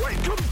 Welcome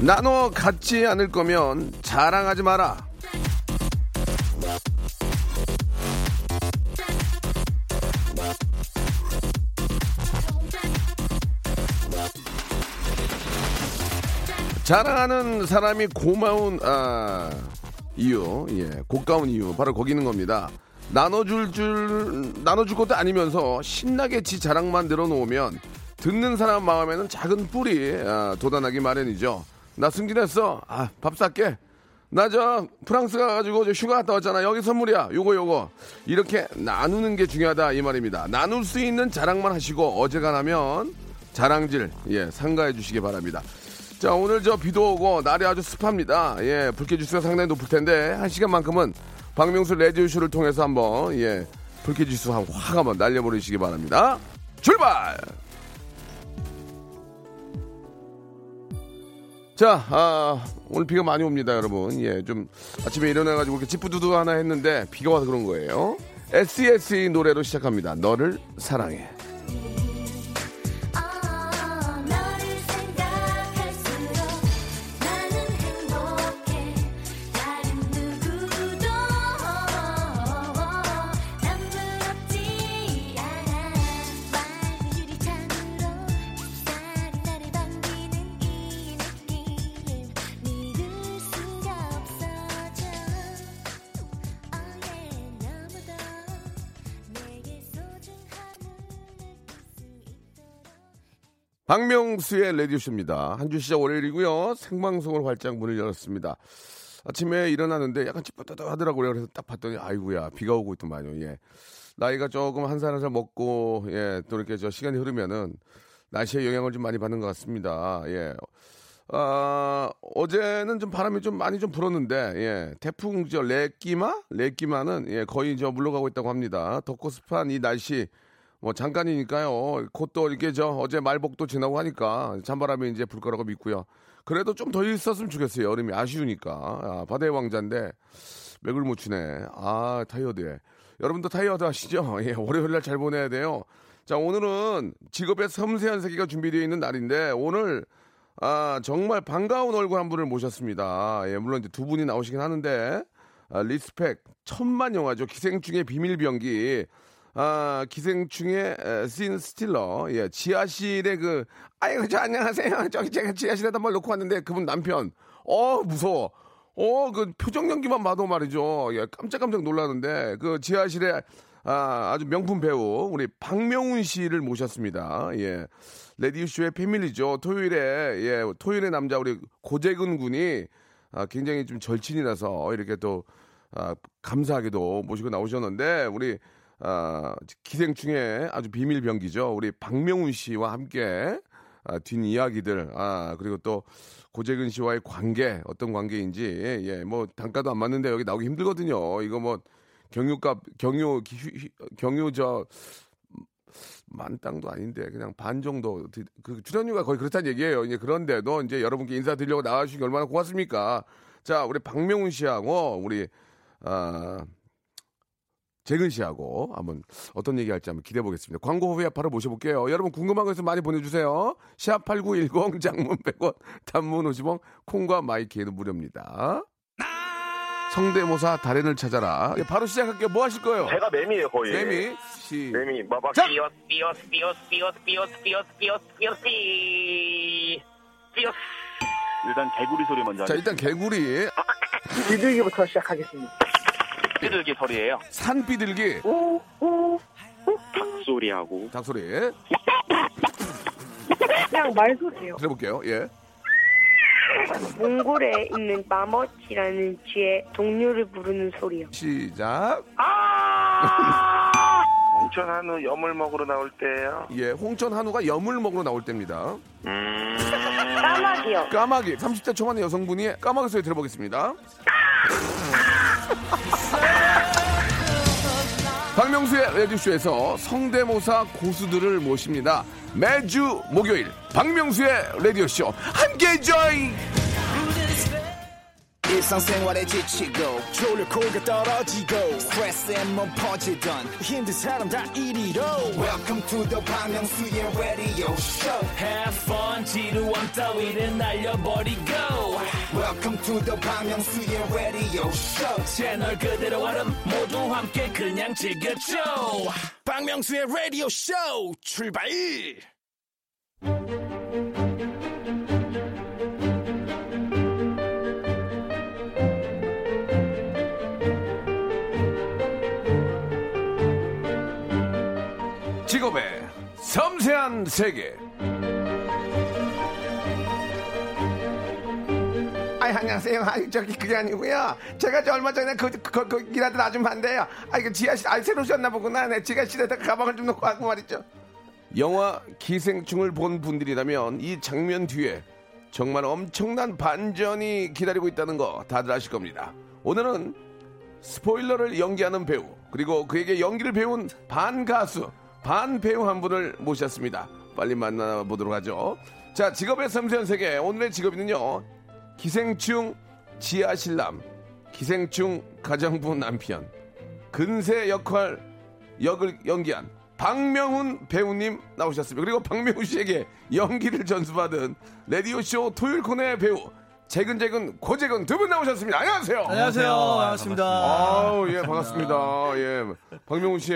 나눠 갖지 않을 거면 자랑하지 마라 자랑하는 사람이 고마운 아, 이유, 예, 고가운 이유 바로 거기 있는 겁니다. 나눠줄 줄 나눠줄 것도 아니면서 신나게 지 자랑만 늘어놓으면 듣는 사람 마음에는 작은 뿔이 아, 돋아나기 마련이죠. 나 승진했어. 아, 밥 살게. 나 저 프랑스 가가지고 저 휴가 갔다 왔잖아. 여기 선물이야. 요거 요거. 이렇게 나누는 게 중요하다 이 말입니다. 나눌 수 있는 자랑만 하시고 어제간하면 자랑질 예 상가해 주시기 바랍니다. 자 오늘 저 비도 오고 날이 아주 습합니다. 예 불쾌지수가 상당히 높을 텐데 한 시간만큼은 박명수 레디오쇼를 통해서 한번 예 불쾌지수 한 확 한번 날려버리시기 바랍니다. 출발! 자, 아, 오늘 비가 많이 옵니다, 여러분. 예, 좀 아침에 일어나가지고 이렇게 찌뿌두두 하나 했는데 비가 와서 그런 거예요. S.E.S.E E 노래로 시작합니다. 너를 사랑해. 아, 어, 너를 생각할수록 나는 행복해 다른 누구도 난 부럽지 않아 마음이 유리창으로 햇살이 나를 반기는 이 느낌 믿을 수가 없어져 어예 너보다 내게 소중함을 느낄 수 있도록 박명수의 라디오쇼입니다. 한 주 시작 월요일이고요. 생방송을 활짝 문을 열었습니다. 아침에 일어나는데 약간 찌뿌드드 하더라고요. 그래서 딱 봤더니 아이고야 비가 오고 있더만요. 예. 나이가 조금 한 살 한 살 먹고 예, 또 이렇게 저 시간이 흐르면은 날씨의 영향을 좀 많이 받는 것 같습니다. 예. 아, 어제는 좀 바람이 좀 많이 좀 불었는데, 예, 태풍 저 레끼마? 레끼마는 예, 거의 저 물러가고 있다고 합니다. 덥고 습한 이 날씨, 뭐 잠깐이니까요. 곧 또 이렇게 저 어제 말복도 지나고 하니까 찬바람이 이제 불 거라고 믿고요. 그래도 좀 더 있었으면 좋겠어요. 여름이 아쉬우니까. 아, 바다의 왕자인데 맥을 못 추네. 아, 타이어드에. 여러분도 타이어드 하시죠? 예, 월요일 날 잘 보내야 돼요. 자, 오늘은 직업의 섬세한 세계가 준비되어 있는 날인데, 오늘, 아, 정말 반가운 얼굴 한 분을 모셨습니다. 예, 물론 이제 두 분이 나오시긴 하는데, 아, 리스펙, 천만 영화죠. 기생충의 비밀병기. 아, 기생충의 에, 씬 스틸러. 예, 지하실에 그, 아이고, 저 안녕하세요. 저기 제가 지하실에다 뭘 놓고 왔는데, 그분 남편. 어, 무서워. 어, 그 표정 연기만 봐도 말이죠. 예, 깜짝깜짝 놀랐는데 그 지하실에 아, 아주 명품 배우 우리 박명훈 씨를 모셨습니다. 예. 레디우쇼의 패밀리죠. 토요일에 예, 토요일의 남자 우리 고재근 군이 아, 굉장히 좀 절친이라서 이렇게 또 아, 감사하게도 모시고 나오셨는데 우리 아, 기생충의 아주 비밀 병기죠. 우리 박명훈 씨와 함께 아, 뒷이야기들, 아, 그리고 또 고재근 씨와의 관계, 어떤 관계인지, 예, 예, 뭐, 단가도 안 맞는데 여기 나오기 힘들거든요. 이거 뭐, 경유값, 경유, 기- 휴- 휴- 경유 저, 만 땅도 아닌데 그냥 반 정도 드- 그 출연료가 거의 그렇다는 얘기예요. 이제 그런데도 이제 여러분께 인사드리려고 나와주신 게 얼마나 고맙습니까? 자, 우리 박명훈 씨하고 우리 아 재근 씨하고 한번 어떤 얘기 할지 한번 기대해 보겠습니다. 광고 후에 바로 모셔볼게요. 여러분 궁금한 거 있으면 많이 보내주세요. 시합 8910 장문 100원 단문 50원 콩과 마이키에는 무료입니다. 성대모사 달인을 찾아라. 예, 바로 시작할게요. 뭐 하실 거예요? 제가 매미예요 네. 거의. 매미 시 매미 막 막- 자! 삐어- Dios, Dios, Dios, Dios, Dios, Dios, Dios, Dios, Dios. 일단 개구리 소리 먼저. 자 하겠습니다. 일단 개구리 비둘기부터 시작하겠습니다. 삐들기 소리예요. 산비둘기 소리하고 닭소리 그냥 말소리예요. 들어볼게요 예 몽골에 있는 마머치라는 쥐의 동료를 부르는 소리요. 시작 공천 한우 아! 염을 먹으러 나올 때예요. 예 홍천 한우가 염을 먹으러 나올 때입니다 까마귀 까마귀요. 까마귀 30대 초반의 여성분이 까마귀 소리 들어보겠습니다. 박명수의 라디오쇼에서 성대모사 고수들을 모십니다. 매주 목요일 박명수의 라디오쇼 함께 join. 일상생활에 지치고, 졸려 코가 떨어지고, 스트레스에 몸 퍼지던, 힘든 사람 다 이리로. welcome to the Bang Myung-soo's radio show Have fun 지루함 따위를 날려버리고 welcome to the Bang Myung-soo's radio show 채널 그대로 얼음 모두 함께 그냥 즐겨줘 박명수의 라디오 쇼 출발! 직업의 섬세한 세계. 아이 안녕하세요. 아이 저기 그게 아니고요. 제가 저 얼마 전에 그, 그, 그, 그 일하던 아줌마인데요. 아 이거 지하실 아 새로 오셨나 보구나. 네 지하실에다가 가방을 좀 놓고 왔고 말이죠. 영화 기생충을 본 분들이라면 이 장면 뒤에 정말 엄청난 반전이 기다리고 있다는 거 다들 아실 겁니다. 오늘은 스포일러를 연기하는 배우 그리고 그에게 연기를 배운 반 가수 반 배우 한 분을 모셨습니다. 빨리 만나보도록 하죠. 자 직업의 섬세한 세계 오늘의 직업인은요 기생충 지하실남 기생충 가정부 남편 근세 역할 역을 연기한 박명훈 배우님 나오셨습니다. 그리고 박명훈 씨에게 연기를 전수받은 라디오 쇼 토요일 코너의 배우 재근재근 고재근 두 분 나오셨습니다. 안녕하세요. 안녕하세요. 반갑습니다. 아우 예 반갑습니다. 예 박명훈 씨.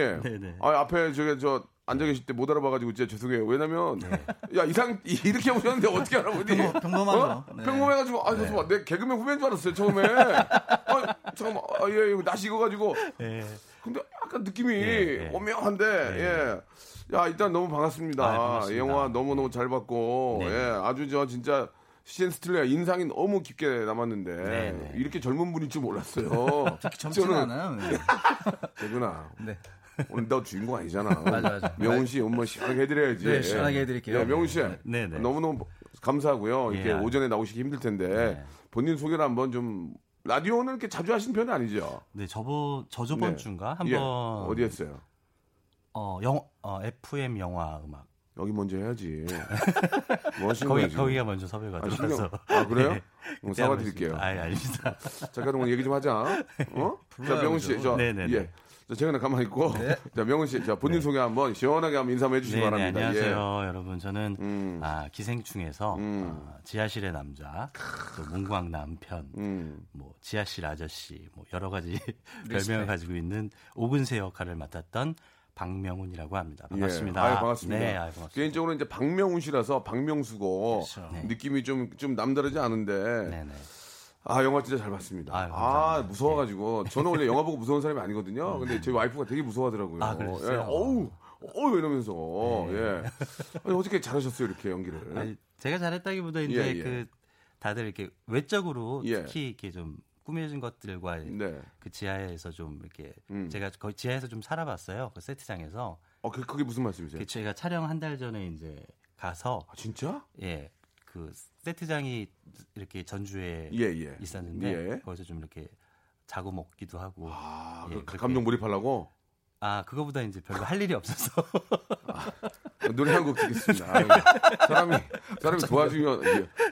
아 앞에 저기 저 앉아 계실 때 못 알아봐가지고 진짜 죄송해요. 왜냐면 야 이상 이- 이렇게 오셨는데 어떻게 알아보니? 네. 어? 평범- 평범하죠. 네. 평범해가지고 아 잠깐만 내 개그맨 후배인 줄 알았어요 처음에. 아 잠깐만 아, 예 예, 낯이 익어가지고. 근데 약간 느낌이 예. 오묘한데 예. 야 일단 너무 반갑습니다. 아, 반갑습니다. 영화 너무 너무 잘 봤고 네. 예 아주 저 진짜. 시즌 스틸러 인상이 너무 깊게 남았는데 네. 이렇게 젊은 분일 줄 몰랐어요. 젊지는 않아요. 네. 재근아. 네. 오늘 너 주인공 아니잖아. 맞아, 맞아. 명훈 씨 엄마 시원하게 해드려야지. 네, 시원하게 해드릴게요. 예, 명훈 씨. 네, 네. 너무너무 감사하고요. 이렇게 예. 네. 오전에 나오시기 힘들 텐데 본인 소개를 한번 좀 라디오는 이렇게 자주 하시는 편은 아니죠? 네, 저번 저저번 네. 주인가 예. 한번 어디 했어요? 어, 영 어, FM 영화 음악. 여기 먼저 해야지. 뭐 하시는 거기 거야, 지금? 거기가 먼저 섭외가 아, 들어서. 신경- 아, 그래요? 그럼 그때 사과드릴게요. 한번 했습니다. 아, 알겠습니다. 잠깐 오늘 얘기 좀 하자. 어? 자, 명훈 씨. 저, 네네네. 예. 자, 재근아 가만히 있고. 자, 명훈 씨. 자, 본인 소개 한번 시원하게 한번 인사 한번 해주시기 네, 네, 바랍니다. 예. 안녕하세요, 여러분. 저는 음. 아, 기생충에서 음. 어, 지하실의 남자, 또 문광 남편, 음. 뭐 지하실 아저씨, 뭐 여러 가지 별명을 가지고 있는 오근세 역할을 맡았던 박명훈이라고 합니다. 반갑습니다. 예. 아유, 반갑습니다. 네, 아유, 반갑습니다. 개인적으로 이제 박명훈 씨라서 박명수고 그렇죠. 네. 느낌이 좀 좀 남다르지 않은데 네네. 아 영화 진짜 잘 봤습니다. 아유, 아, 감사합니다. 무서워가지고 저는 원래 영화 보고 무서운 사람이 아니거든요. 근데 저희 와이프가 되게 무서워하더라고요. 아, 그랬어요? 네. 예, 어우 어우 이러면서 예 아니, 어떻게 잘하셨어요 이렇게 연기를? 아니, 제가 잘했다기보다 이제 예, 예. 그 다들 이렇게 외적으로 예. 특히 이렇게 좀 꾸며진 것들과 네. 그 지하에서 좀 이렇게 음. 제가 거의 지하에서 좀 살아봤어요. 그 세트장에서 어 그, 그게 무슨 말씀이세요? 그 제가 촬영 한 달 전에 이제 가서 아, 진짜? 예. 그 세트장이 이렇게 전주에 예 예. 있었는데 예. 거기서 좀 이렇게 자고 먹기도 하고 아, 예, 그 그렇게. 감정 몰입하려고 아 그거보다 이제 별로 할 일이 없어서 노래 한 곡 듣겠습니다. 아유, 사람이 사람이 도와주면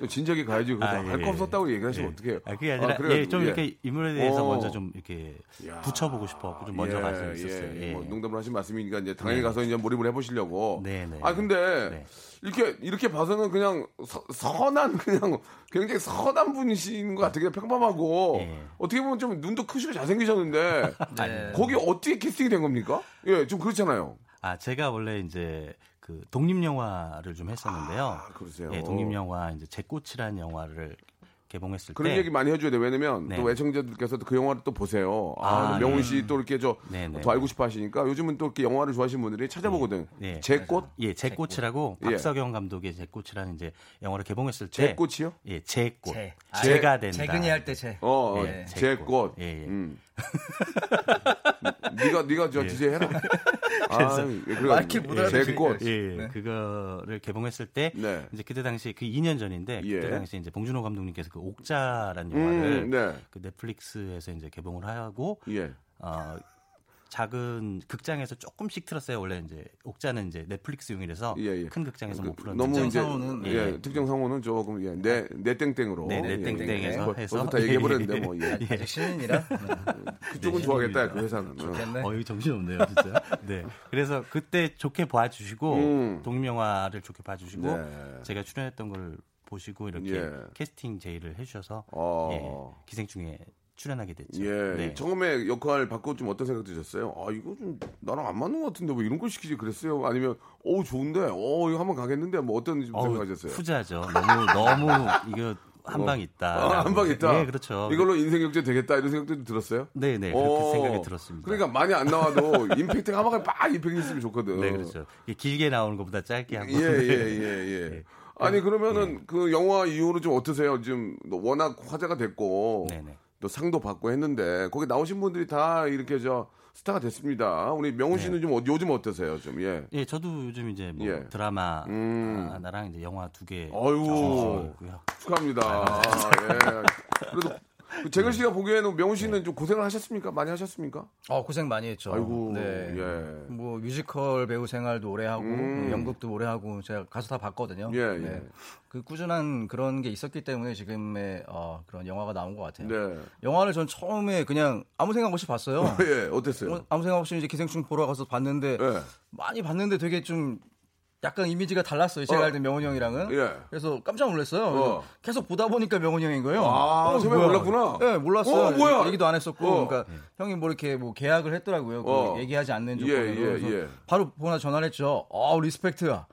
예, 진작에 가야지. 그래서 아, 예, 할거 예. 없었다고 얘기하시면 예. 어떡해요? 아, 그게 아니라 그래가지고, 예, 좀 이렇게 인물에 대해서 어. 먼저 좀 이렇게 야. 붙여보고 싶어갖고 좀 먼저 예, 가서 있었어요. 예, 예. 뭐 농담을 하신 말씀이니까 이제 당연히 네. 가서 이제 몰입을 해보시려고. 네, 네. 아 근데 네. 이렇게 이렇게 봐서는 그냥 서- 선한 그냥 굉장히 선한 분이신 것 같아요. 그냥 평범하고 예. 어떻게 보면 좀 눈도 크시고 잘생기셨는데 네. 거기 어떻게 캐스팅이 된 겁니까? 예, 좀 그렇잖아요. 아 제가 원래 이제 그 독립 영화를 좀 했었는데요. 아, 그러세요. 예, 독립 영화 이제 제 꽃이라는 영화를 개봉했을 그런 때 얘기 많이 해줘야 돼. 왜냐면 네. 또 애청자들께서도 그 영화를 또 보세요. 아, 아, 명훈 네. 씨 또 이렇게 저 네, 네. 더 알고 싶어 하시니까 요즘은 또 이렇게 영화를 좋아하시는 분들이 찾아보거든. 네. 네. 제 꽃? 예, 제 꽃이라고 예. 박서경 감독의 제 꽃이라는 이제 영화를 개봉했을 때 제 꽃이요? 예, 제 꽃. 제. 제. 가 된다. 재근이 할 때 제. 어, 예, 제 제 꽃. 꽃. 예, 예. 음. 네가 네가 저 DJ 해라. 그래서 마이킬 못 알아듣게 제꽃. 예, 그거를 개봉했을 때 네. 이제 그때 당시 그 2년 전인데 예. 그때 당시 이제 봉준호 감독님께서 그 옥자라는 영화를 음, 네. 그 넷플릭스에서 이제 개봉을 하고 예. 어, 작은 극장에서 조금씩 틀었어요. 원래 이제 옥자는 이제 넷플릭스용이라서 예, 예. 큰 극장에서 못 풀었는데 너무 이제 예, 예. 특정 상호는 조금 예, 내, 내 땡땡으로 네, 예, 내 땡땡에서 벌- 해서. 벌써 다 얘기해 버렸는데 뭐 예. 예. 신인이라 그쪽은 네, 좋아하겠다 신입니다. 그 회사는. 좋겠네. 어이 정신 없네요 진짜. 네. 그래서 그때 좋게 봐주시고 음. 독립영화를 좋게 봐주시고 네. 제가 출연했던 걸 보시고 이렇게 예. 캐스팅 제의를 해주셔서 어. 예, 기생충에 출연하게 됐죠. 예, 네. 처음에 역할 받고 좀 어떤 생각 드셨어요? 아 이거 좀 나랑 안 맞는 것 같은데 뭐 이런 걸 시키지 그랬어요? 아니면 어 좋은데 어 이거 한번 가겠는데 뭐 어떤 좀 어우, 생각하셨어요? 후자죠. 너무 너무 이거 한 방 있다. 아, 한방 있다. 네, 그렇죠. 이걸로 인생 역제 되겠다 이런 생각도 들었어요? 네, 네. 어, 그렇게 생각이 들었습니다. 그러니까 많이 안 나와도 임팩트가 한 방에 빡 임팩트 있으면 좋거든. 네, 그렇죠. 이게 길게 나오는 것보다 짧게 네. 하고. 예, 예, 예, 예. 아니 그러면은 네. 그 영화 이후로 좀 어떠세요? 지금 워낙 화제가 됐고 네, 네. 또 상도 받고 했는데 거기 나오신 분들이 다 이렇게 저 스타가 됐습니다. 우리 명훈 네. 씨는 좀 어- 요즘 어떠세요? 좀 예. 예, 저도 요즘 이제 뭐 예. 드라마 아, 음. 하나랑 이제 영화 두개 어유 축하합니다. 아, 네. 예. 그래도 그 재근 씨가 보기에는 명훈 씨는 좀 고생을 하셨습니까? 많이 하셨습니까? 어 고생 많이 했죠. 아이고, 네. 예. 뭐 뮤지컬 배우 생활도 오래 하고 음. 연극도 오래 하고 제가 가수 다 봤거든요. 예, 예. 네. 그 꾸준한 그런 게 있었기 때문에 지금의 어, 그런 영화가 나온 것 같아요. 네. 영화를 전 처음에 그냥 아무 생각 없이 봤어요. 예, 어땠어요? 어, 아무 생각 없이 이제 기생충 보러 가서 봤는데 예. 많이 봤는데 되게 좀 약간 이미지가 달랐어요. 제가 어. 알던 명훈이 형이랑은. 예. 그래서 깜짝 놀랐어요. 어. 계속 보다 보니까 명훈이 형인 거예요. 아, 처음에 어, 뭐야. 몰랐구나. 네, 몰랐어요. 어, 뭐야. 얘기도 안 했었고. 어. 그러니까 형이 뭐 이렇게 뭐 계약을 했더라고요. 그 어. 얘기하지 않는 예, 조건으로. 예, 그래서 예. 바로 보나 전화를 했죠. 어, 리스펙트야.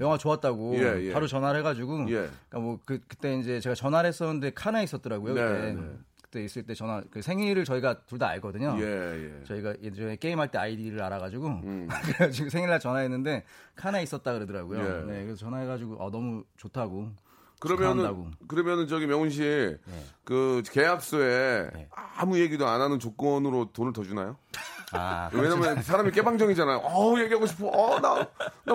영화 좋았다고. 음. 예, 예. 바로 전화를 해가지고. 예. 그러니까 뭐 그, 그때 이제 제가 전화를 했었는데 칸에 있었더라고요. 네, 그때. 네. 그때 있을 때 전화 그 생일을 저희가 둘 다 알거든요. 예, 예. 저희가 예전에 게임할 때 아이디를 알아가지고 그래가지고 생일날 전화했는데 칸에 있었다 그러더라고요. 음. 예. 네, 그래서 전화해가지고 아, 너무 좋다고. 네. 그러면은 축하한다고. 그러면은 저기 명훈 씨 그 계약서에 네. 아무 얘기도 안 하는 조건으로 돈을 더 주나요? 아, 왜냐면 사람이 깨방정이잖아요. 어우 얘기하고 싶어. 어나나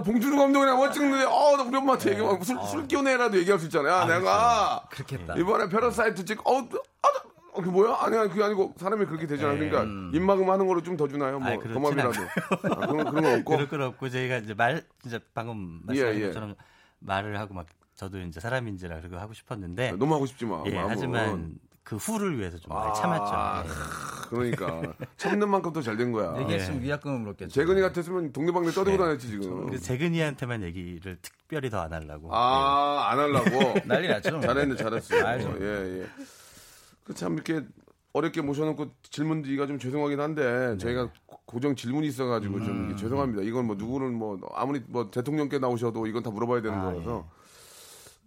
봉준호 감독이랑 뭐 찍는데 어나 우리 엄마한테 얘기하고 술, 술 끼우네라도 얘기할 수 있잖아요. 아, 내가 그렇게 했다. 이번에 패러사이트 찍 어우 아, 어, 그 뭐야? 아니 아니 그게 아니고 사람이 그렇게 되잖아요. 그러니까 입막음 하는 거로 좀 더 주나요? 뭐 아니, 그렇진 도마비라도 아, 그런 그런 거 없고. 그럴 건 없고 저희가 이제 말 이제 방금 말씀하신 예, 예. 것처럼 말을 하고 막 저도 이제 사람인지라 그러고 하고 싶었는데 아, 너무 아. 하고 싶지만 예, 하지만 그 후를 위해서 좀 많이 참았죠. 예. 그러니까 참는 만큼 더 잘 된 거야. 예. 얘기했으면 위약금을 물었겠죠. 재근이 같았으면 동네방네 떠들고 네. 다녔지 지금. 그 재근이한테만 얘기를 특별히 더 안 하려고. 음. 예. 아 안 하려고. 난리 났죠. 잘했네 잘했어. 아이, 좀. 예 예. 그참 이렇게 어렵게 모셔놓고 질문드리기가 좀 죄송하긴 한데 네. 저희가 고- 고정 질문이 있어가지고 좀 음. 이게 죄송합니다. 이건 뭐 누구는 뭐 아무리 뭐 대통령께 나오셔도 이건 다 물어봐야 되는 아, 거라서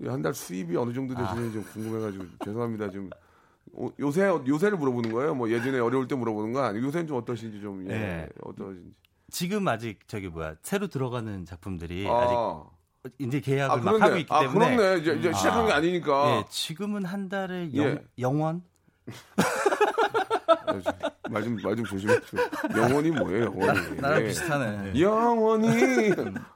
예. 한 달 수입이 어느 정도 되시는지 좀 궁금해가지고 죄송합니다. 지금 어, 요새 요새를 물어보는 거예요. 뭐 예전에 어려울 때 물어보는 거 아니고 요새는 좀 어떠신지 좀 예, 네. 어떠신지. 지금 아직 저기 뭐야 새로 들어가는 작품들이 아. 아. 직 이제 계약을 아, 막 하고 그렇네. 있기 아, 때문에 음. 그렇네. 이제, 이제 시작한 게 아니니까. 예, 지금은 한 달에 영, 예. 영원 말 좀 말 좀 조심해. 영원히 뭐예요? 아, 영원히. 나랑 예. 비슷하네. 영원히.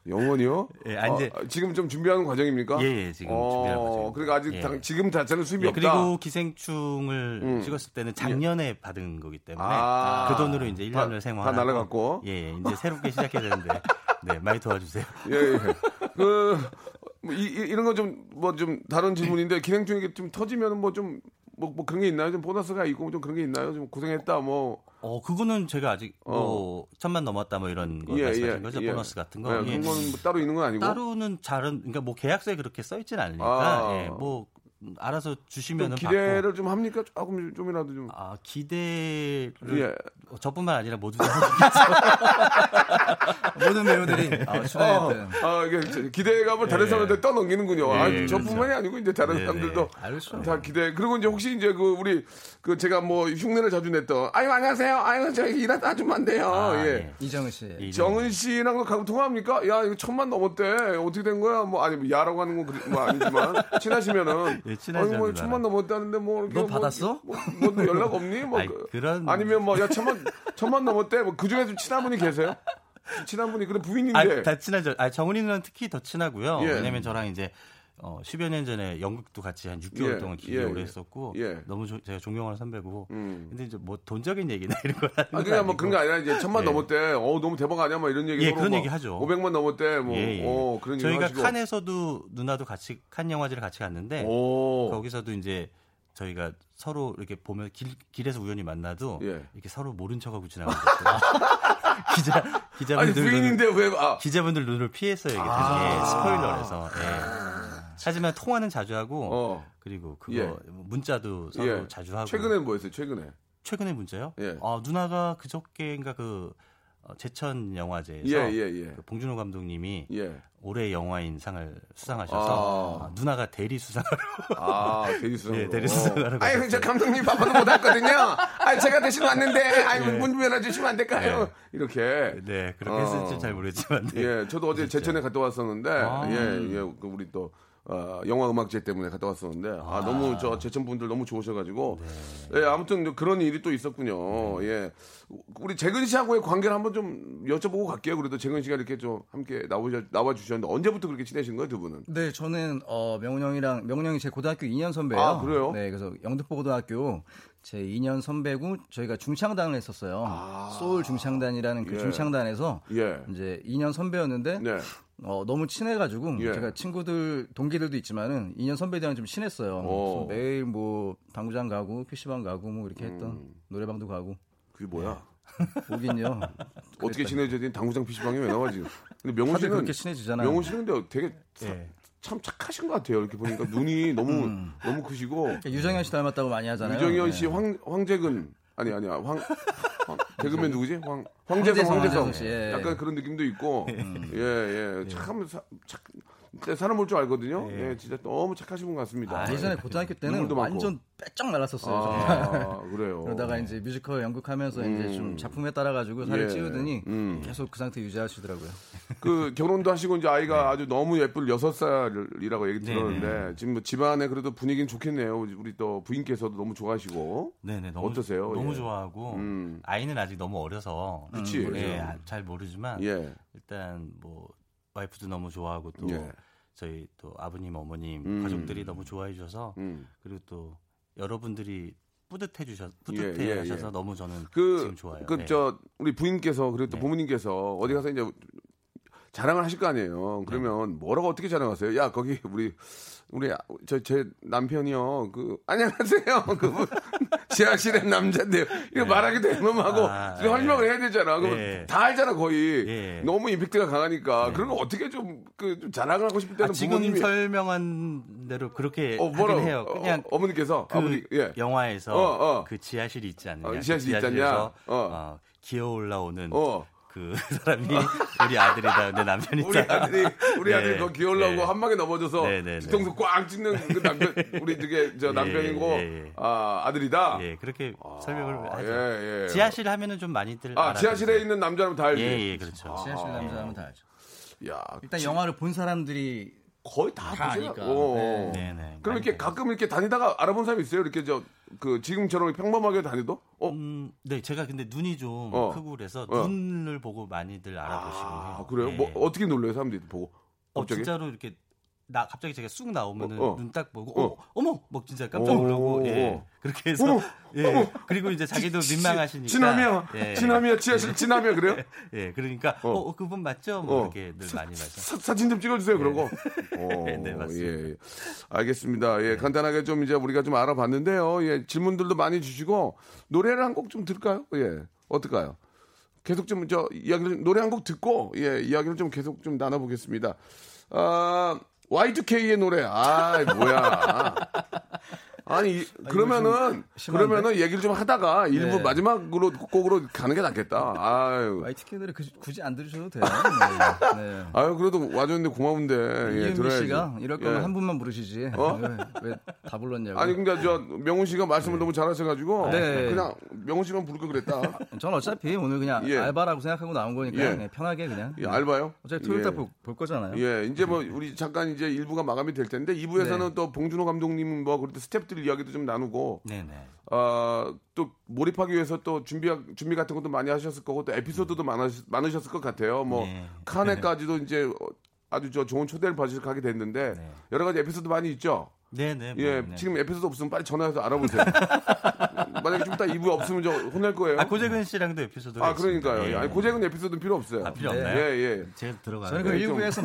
영원히요? 예, 아니, 이제- 아, 지금 좀 준비하는 과정입니까? 예, 예, 지금 준비하는 과정입니다. 그러니까 아직 예. 당- 지금 자체는 수입이 예, 없다. 음. 예. 그리고 기생충을 찍었을 때는 작년에 받은 거기 때문에 아. 그 돈으로 이제 1년을 다- 생활하고 다 날라갔고. 예, 예, 이제 새롭게 시작해야 되는데 네 많이 도와주세요. 예, 예. 그, 뭐 이, 이- 이런 건 좀, 뭐 좀 다른 예. 질문인데, 기생 중에 좀 터지면 뭐 좀, 뭐, 뭐 그런 게 있나요? 좀 보너스가 있고 좀 그런 게 있나요? 좀 고생했다, 뭐. 어 그거는 제가 아직 뭐 천만 넘었다 뭐 이런 거 말씀하신 거죠 보너스 같은 거. 어. 예, 예. 그런 건뭐 따로 있는 건 아니고. 따로는 잘은 그러니까 뭐 계약서에 그렇게 써 있진 않으니까 아. 예, 뭐 알아서 좀 주시면은 기대를 받고. 좀 합니까? 조금 좀이라도 좀. 아 기대를 예. 어, 저뿐만 아니라 모두 다 모든 배우들이 아, 어, 출연했던. 아, 이게 저- 기대감을 다른 사람한테 떠넘기는군요. 아, 예, 저뿐만이 아니고 이제 다른 네, 네. 사람들도 알죠. 다 기대. 그리고 이제 혹시 이제 그 우리 그 제가 뭐 흉내를 자주 냈던 아유 안녕하세요. 아유 저 일하다 아줌마인데요. 아, 예. 예. 이정은 씨. 이 정도. 정은 씨랑 그 가끔 통화합니까? 야, 이거 천만 넘었대. 어떻게 된 거야? 뭐, 아니, 뭐, 야라고 하는 건, 그리- 뭐, 아니지만. 친하시면은, 예, 친한 아니 뭐 사람들 천만 넘었다는데 뭐 이렇게 너 뭐- 받았어? 뭐, 뭐, 뭐 연락 없니? 뭐 네. 아이, 그- 그런- 아니면 뭐야 천만 천만 넘었대. 뭐그 중에 좀 친한 분이 계세요? 친한 분이 그래 부인인데. 아, 다 친하죠. 아, 정훈이는 특히 더 친하고요. 예. 왜냐면 저랑 이제 어, 10여 년 전에 연극도 같이 한 6개월 예, 동안 예, 길게 오래 예. 했었고 예. 음. 너무 조- 제가 존경하는 선배고. 근데 이제 뭐 돈적인 얘기나 그러니까 이런 거 하는 아, 건 그냥 뭐 아니고. 그런 거 아니라 이제 천만 예. 넘었대. 어 너무 대박 아니야? 막 이런 얘기. 예, 서로 그런 뭐 얘기 하죠. 500만 넘었대. 뭐 예, 예. 어, 그런 얘기 저희가 하시고. 칸에서도 누나도 같이 칸 영화제를 같이 갔는데 거기서도 이제 저희가 서로 이렇게 보면 길, 길에서 우연히 만나도 예. 이렇게 서로 모른 척하고 지나가고 있어요. 기자 아니 기자분들 부인인데 왜 아. 기자분들 눈을 피해서 얘기해요. 아. 예, 스포일러라서. 예. 하지만 통화는 자주 하고 그리고 그거 어. 예. 문자도 서로 예. 자주 하고. 최근에 뭐 했어요? 최근에. 최근에 문자요? 예. 아, 누나가 그저께인가 그 어, 제천 영화제에서 예, 예, 예. 그 봉준호 감독님이 예. 올해 영화인 상을 수상하셔서 아, 누나가 대리 수상으로 아, 대리 수상으로. 예, 대리 수상으로 아이, 가셨어요. 저 감독님 바빠서 못 왔거든요. 아, 제가 대신 왔는데, 아이, 예. 문 열어주시면 안 될까요? 이렇게. 네, 그렇게 했을지 잘 모르지만. 네. 아. 예, 저도 어제 제천에 갔다 왔었는데, 아. 예, 예, 그 우리 또. 어, 영화 음악제 때문에 갔다 왔었는데 아, 너무 저 제천 분들 너무 좋으셔가지고 예 아무튼 그런 일이 또 있었군요 예 우리 재근 씨하고의 관계를 한번 좀 여쭤보고 갈게요 그래도 재근 씨가 이렇게 좀 함께 나오셔 나와 주셨는데 언제부터 그렇게 친해진 거예요 두 분은 네, 저는 어, 명훈 형이랑 명훈 형이 제 고등학교 2년 선배예요. 아, 그래요? 네, 그래서 영등포고등학교 제 2년 선배고 저희가 중창단을 했었어요. 소울 중창단이라는 그 아. 예. 네. 중창단에서 예 이제 2년 선배였는데 어, 너무 친해가지고 예. 제가 친구들 동기들도 있지만은 2년 선배들이랑 좀 친했어요. 오. 그래서 매일 뭐 당구장 가고 PC방 가고 뭐 이렇게 했던 음. 노래방도 가고. 그게 뭐야? 오긴요. 네. 어떻게 친해졌더니 당구장 PC방에 왜 나와 지금? 근데 명훈 다들 씨는 그렇게 친해지잖아요. 명훈 씨는 근데 되게 사- 예. 참 착하신 것 같아요. 이렇게 보니까 눈이 너무 너무 크시고 그러니까 유정현 씨 닮았다고 많이 하잖아요. 유정현 네. 씨, 황 황재근 아니 아니야 황, 황 개그맨 누구지? 황 황재성 황재성 황재성, 황재성 씨, 예. 음. 약간 그런 느낌도 있고 예, 예예참 착. 진짜 사람 볼 줄 알거든요. 예. 진짜 너무 착하신 분 같습니다. 아, 예전에 예. 고등학교 때는 눈물도 많고. 완전 빼쩍 말랐었어요. 아, 정말. 그래요. 그러다가 이제 뮤지컬 연극하면서 음. 이제 좀 작품에 따라가지고 살을 예. 찌우더니 음. 계속 그 상태 유지하시더라고요. 그 결혼도 하시고 이제 네. 아이가 아주 너무 예쁠 여섯 살이라고 얘기 들었는데 지금 뭐 집안에 그래도 분위기는 좋겠네요. 우리 또 부인께서도 너무 좋아하시고. 네네 너무 어떠세요? 너무 예. 좋아하고 음. 아이는 아직 너무 어려서 그치. 음, 예, 그렇죠. 아, 잘 모르지만 예. 일단 뭐 와이프도 너무 좋아하고 또 예. 저희 또 아버님 어머님 음. 가족들이 너무 좋아해 주셔서 음. 그리고 또 여러분들이 뿌듯해 주셔 예, 뿌듯해 예, 하셔서 예. 너무 저는 그, 지금 좋아요. 네. 그 저 우리 부인께서 그리고 또 부모님께서 어디 가서 이제 자랑을 하실 거 아니에요. 그러면 네. 뭐라고 어떻게 자랑하세요? 야 거기 우리 우리 아, 저 제 남편이요. 그 안녕하세요. 그 지하실의 남자인데요. 네. 이거 말하기도 애매하고 아, 지금 설명을 해야 되잖아. 그럼 예. 다 알잖아 거의. 네. 너무 임팩트가 강하니까 그런 거 어떻게 좀, 그, 좀 자랑을 하고 싶을 때는 아, 지금 부모님이 설명한 대로 그렇게 어, 뭐라고? 하긴 해요. 그냥 어, 머니께서 그 아버지 예. 영화에서 어, 어. 그 지하실이 있지 않냐? 어, 그 지하실이 있지 않냐? 지하실에서, 어. 어, 기어 올라오는 어. 그 사람이 우리 아들이다. 내 남편이다. 우리 아들이 우리 네, 아들이 거 기어올라오고 네. 한방에 넘어져서 네, 네, 네. 뒤통수 꽝 찍는 그 남편 우리 되게 저 남편이고 예, 예, 예. 아 아들이다. 예, 그렇게 설명을 하죠. 예, 예. 지하실 하면은 좀 많이들 아 알아들으세요. 지하실에 있는 남자는 다 알지. 예, 예, 그렇죠. 지하실 남자 하면 다 알죠. 야 일단 지- 영화를 본 사람들이 거의 다, 다 보세요. 아니까. 어. 네, 네. 그럼 이렇게 가끔 이렇게 다니다가 알아본 사람 있어요? 이렇게 저 그 지금처럼 평범하게 다니도? 어? 네, 제가 근데 눈이 좀 어. 크고 그래서 어. 눈을 보고 많이들 알아보시고 아 해요. 그래요? 예. 뭐 어떻게 놀래요 사람들이 보고? 어, 갑자기? 진짜로 이렇게 나 갑자기 제가 쑥 나오면은 어, 어. 눈 딱 보고 어. 어. 어머 막 진짜 깜짝 오, 놀라고 예. 오. 그렇게 해서 어머, 예. 어머. 그리고 이제 자기도 지- 지- 민망하시니까 지남이야. 지남이야. 지하실 지남이야. 그래요? 예 그러니까 어, 어, 그분 맞죠 어. 뭐 이렇게 늘 많이 말씀 사, 진좀 찍어주세요. 그런 거. 오, 네, 맞습니다. 예, 예. 알겠습니다. 예, 간단하게 좀 이제 우리가 좀 알아봤는데요. 예, 질문들도 많이 주시고 노래를 한 곡 좀 들을까요? 예, 어떨까요? 계속 좀 저 이야기를 좀- 노래 한 곡 듣고 예, 이야기를 좀 계속 좀 나눠보겠습니다. 아, Y2K의 노래. 아, 뭐야. 아니 이- 그러면은 심한데? 그러면은 얘기를 좀 하다가 일부 네. 마지막으로 곡으로 가는 게 낫겠다. 아유. YTK 노래 그- 굳이 안 들으셔도 돼요. 네. 아유 그래도 와줬는데 고마운데 예, 이은미 들어야지. 씨가 이럴 거면 예. 한 분만 부르시지. 어? 왜 다 불렀냐고. 아니 근데 저 명훈 씨가 말씀을 너무 잘하셔가지고 네. 그냥 명훈 씨만 부를 걸 그랬다. 전 어차피 오늘 그냥 예. 알바라고 생각하고 나온 거니까 예. 그냥 편하게 그냥. 예, 알바요? 어차피 토요일 날 예. 볼, 볼 거잖아요. 예, 이제 뭐 우리 잠깐 이제 1부가 마감이 될 텐데 2부에서는 네. 또 봉준호 감독님 뭐 그래도 스태프들 이야기도 좀 나누고 네네. 어, 또 몰입하기 위해서 또 준비 준비 같은 것도 많이 하셨을 거고 또 에피소드도 많으셨, 많으셨을 것 같아요. 뭐 네. 칸에까지도 이제 어, 아주 저 좋은 초대를 받으셔서 가게 됐는데 네. 여러 가지 에피소드 많이 있죠. 네네. 예, 뭐, 네. 지금 에피소드 없으면 빨리 전화해서 알아보세요. 만약에 좀 이따 2부 없으면 저 혼낼 거예요. 아, 고재근 씨랑도 에피소드. 아, 그러니까요. 예, 아니, 고재근 에피소드는 필요 없어요. 아, 필요 없나요? 네. 예, 예. 제가 들어가요. 저는 그럼 예, 좀- 1부에서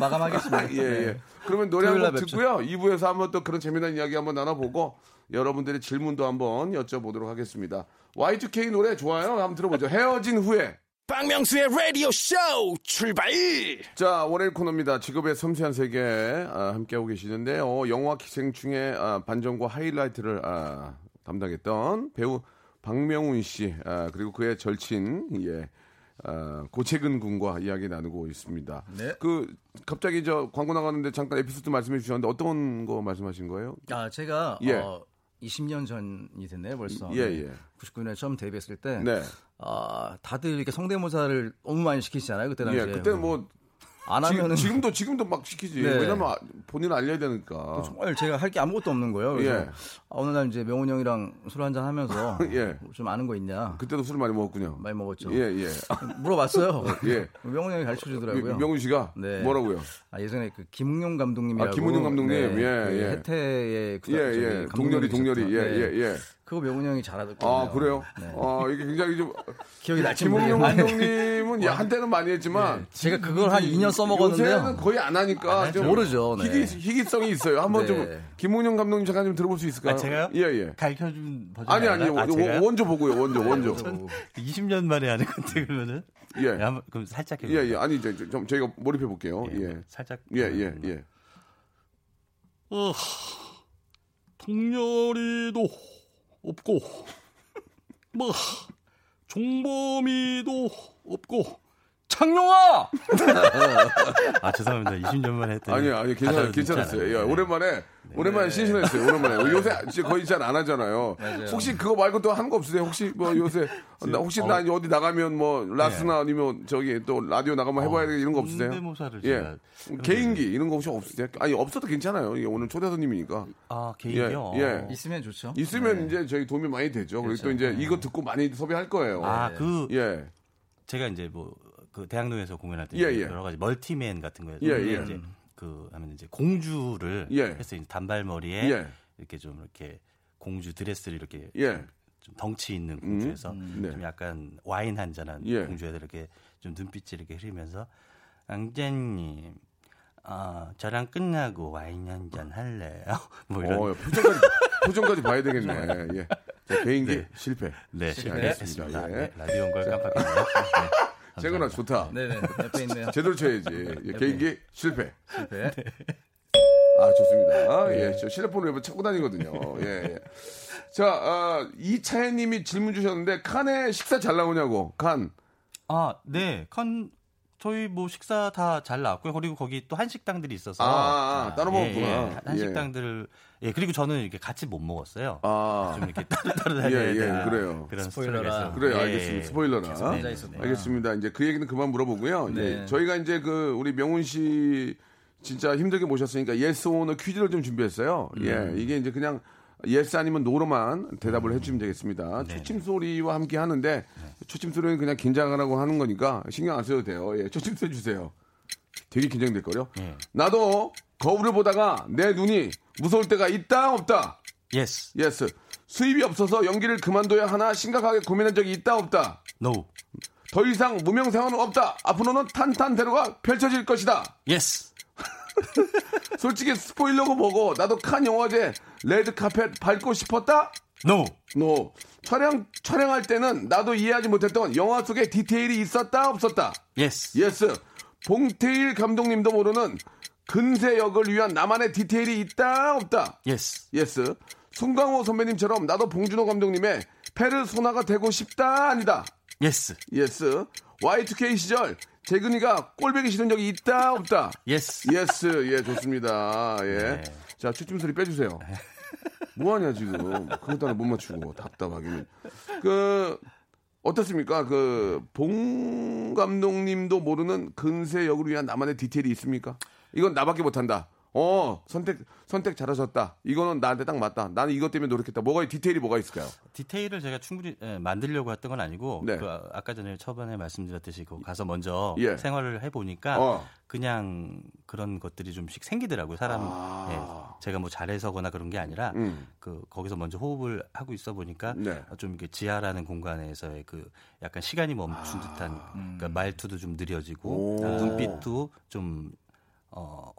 마감하겠습니다. 네. 예, 예. 그러면 노래 토요일 한 곡 날 뵙죠. 듣고요. 2부에서 한번 또 그런 재미난 이야기 한번 나눠보고 여러분들의 질문도 한번 여쭤보도록 하겠습니다. Y2K 노래 좋아요? 한번 들어보죠. 헤어진 후에. 박명수의 라디오 쇼 출발! 자, 월요일 코너입니다. 직업의 섬세한 세계 아, 함께하고 계시는데요. 영화 기생충의 아, 반전과 하이라이트를 아, 담당했던 배우 박명훈 씨 아, 그리고 그의 절친 예, 아, 고채근 군과 이야기 나누고 있습니다. 네. 그 갑자기 저 광고 나가는데 잠깐 에피소드 말씀해 주셨는데 어떤 거 말씀하신 거예요? 아, 제가 예. 어, 20년 전이 됐네요, 벌써. 예, 예. 99년에 처음 데뷔했을 때. 네. 아, 다들 이렇게 성대모사를 너무 많이 시키시잖아요, 그때 당시에. 예, 그때 뭐 안 지- 하면은 지금도 지금도 막 시키지. 네. 왜냐면 아, 본인 알려야 되니까. 정말 제가 할 게 아무것도 없는 거예요. 그래서 예. 아, 어느 날 이제 명훈 형이랑 술 한잔 하면서 뭐 예. 좀 아는 거 있냐 그때도 술 많이 먹었군요. 많이 먹었죠. 아, 예, 예. 물어봤어요. 예. 그 명훈 형이 가르쳐 주더라고요. 명훈 씨가 뭐라고요? 아, 예전에 그 김웅용 감독님이라고. 아, 김은용 감독님. 예, 그 예. 해태의 그 예, 저기 예. 동렬이, 감독님이 네. 동렬이. 예, 계셨던, 예, 예. 그거 명훈 형이 잘하더라고요. 네. 아, 그래요? 아, 이게 굉장히 좀. 기억이 날지 김홍룡 모르겠네요. 네. 감독님은 예, 한때는 많이 했지만. 제가 그걸 한 2년 써먹었는데요. 요새는 거의 안 하니까. 하죠. 좀 모르죠, 네. 희귀, 희귀성이 있어요. 한번 네. 좀. 김홍룡 감독님 잠깐 좀 들어볼 수 있을까요? 아, 제가요? 예, 예. 가르쳐준 버전. 아니, 아니. 원- 원조 보고요, 원조, 아, 원조. 20년 만에 하는 건데, 그러면은. 예. 네, 한번- 그럼 살짝 해볼게요. 예, 예. 아니, 이제 좀 저희가 몰입해 볼게요. 예. 살짝. 예, 음. 예, 예. 어, 통렬이도 없고, 뭐, 종범이도 없고, 창룡아! 아, 죄송합니다. 20년 만에 했더니. 아니요, 아니요, 괜찮아요, 가사도 진짜 괜찮았어요. 알아요. 예, 오랜만에, 네. 오랜만에 신신했어요, 오랜만에. 요새 진짜 거의 잘 안 하잖아요. 맞아요. 혹시 그거 말고 또 한 거 없으세요? 혹시 뭐 요새, 나 혹시 나 이제 어디 나가면 뭐 네. 라스나 아니면 저기 또 라디오 나가면 어. 해봐야 되는 이런 거 없으세요? 성대모사를 예. 제가 개인기 이런 거 혹시 없으세요? 아니, 없어도 괜찮아요. 이게 오늘 초대 손님이니까. 아, 개인기요? 예, 예. 있으면 좋죠. 있으면 네. 이제 저희 도움이 많이 되죠. 그리고 또 이제 이거 듣고 많이 섭외할 거예요. 그렇죠. 아, 그 예. 제가 이제 뭐 그 대학로에서 공연할 때 예, 예. 여러 가지 멀티맨 같은 거예요. 예, 근데 예. 이제 그 하면 이제 공주를 예. 해서 이제 단발머리에 예. 이렇게 좀 이렇게 공주 드레스를 이렇게 예. 좀 덩치 있는 공주에서 네. 좀 약간 와인 한 잔한 예. 공주에서 이렇게 좀 눈빛이 이렇게 흐리면서 앙자님 어, 저랑 끝나고 와인 한 잔 할래요? 뭐 이런 어, 표정까지, 표정까지 봐야 되겠네. 예. 자, 개인기 네. 실패. 네, 실패했습니다. 실패했습니다. 예. 네, 라디오인 걸 깜빡했네요. 네, 재근아 좋다. 네네. 옆에 있네요. 제대로 쳐야지. 예, 개인기 실패. 네. 아 좋습니다. 아, 예, 저 실내폰을 매번 찾고 다니거든요. 예. 예. 자, 아, 이차혜님이 질문 주셨는데 칸에 식사 잘 나오냐고 칸. 아, 네. 컨 저희 뭐 식사 다 잘 나왔고요. 그리고 거기 또 한식당들이 있어서 아, 아, 따로 예, 먹었구나. 예, 한식당들 예 그리고 저는 이렇게 같이 못 먹었어요. 아, 좀 이렇게 따로 따로 예, 다녀야 예, 되는 그래요. 그런 스포일러라. 스토리가 있어요. 그래요, 예, 알겠습니다. 예. 스포일러라. 앉아 있었네요. 알겠습니다. 이제 그 얘기는 그만 물어보고요. 네. 예, 저희가 이제 그 우리 명훈 씨 진짜 힘들게 모셨으니까 예스 오너 퀴즈를 좀 준비했어요. 음. 예, 이게 이제 그냥 예스 아니면 노로만 대답을 해주시면 되겠습니다. 네. 초침 소리와 함께 하는데 초침 소리는 그냥 긴장하라고 하는 거니까 신경 안 써도 돼요. 예, 초침 써 주세요. 되게 긴장될 거요. 네. 예. 나도 거울을 보다가 내 눈이 무서울 때가 있다 없다. Yes. 예스. 수입이 없어서 연기를 그만둬야 하나 심각하게 고민한 적이 있다 없다. No. 더 이상 무명상환은 없다. 앞으로는 탄탄대로가 펼쳐질 것이다. Yes. 솔직히 스포일러고 보고 나도 칸 영화제 레드 카펫 밟고 싶었다. No. 노. 촬영 촬영할 때는 나도 이해하지 못했던 영화 속에 디테일이 있었다 없었다. Yes. 예스. 봉태일 감독님도 모르는 근세 역을 위한 나만의 디테일이 있다 없다. Yes. 예스. 송강호 선배님처럼 나도 봉준호 감독님의 페르소나가 되고 싶다 아니다. 예스. 예스. Y2K 시절 재근이가 꼴배기 싫은 적이 있다 없다. 예스. 예스. 예 좋습니다. 예. 자 추침 소리 빼주세요. 뭐하냐 지금 그것도 하나 못 맞추고 답답하게. 그 어떻습니까? 그 봉 감독님도 모르는 근세 역으로 위한 나만의 디테일이 있습니까? 이건 나밖에 못한다. 어 선택 선택 잘하셨다. 이거는 나한테 딱 맞다. 나는 이것 때문에 노력했다. 뭐가 디테일이 뭐가 있을까요? 디테일을 제가 충분히 예, 만들려고 했던 건 아니고 네. 그 아- 아까 전에 초반에 말씀드렸듯이 그 가서 먼저 예. 생활을 해보니까 어. 그냥 그런 것들이 좀씩 생기더라고요. 사람 예, 제가 뭐 잘해서거나 그런 게 아니라 아. 음. 그 거기서 먼저 호흡을 하고 있어 보니까 네. 좀 이렇게 지하라는 공간에서의 그 약간 시간이 멈춘 듯한 그러니까 말투도 좀 느려지고 아. 오. 눈빛도 좀 어.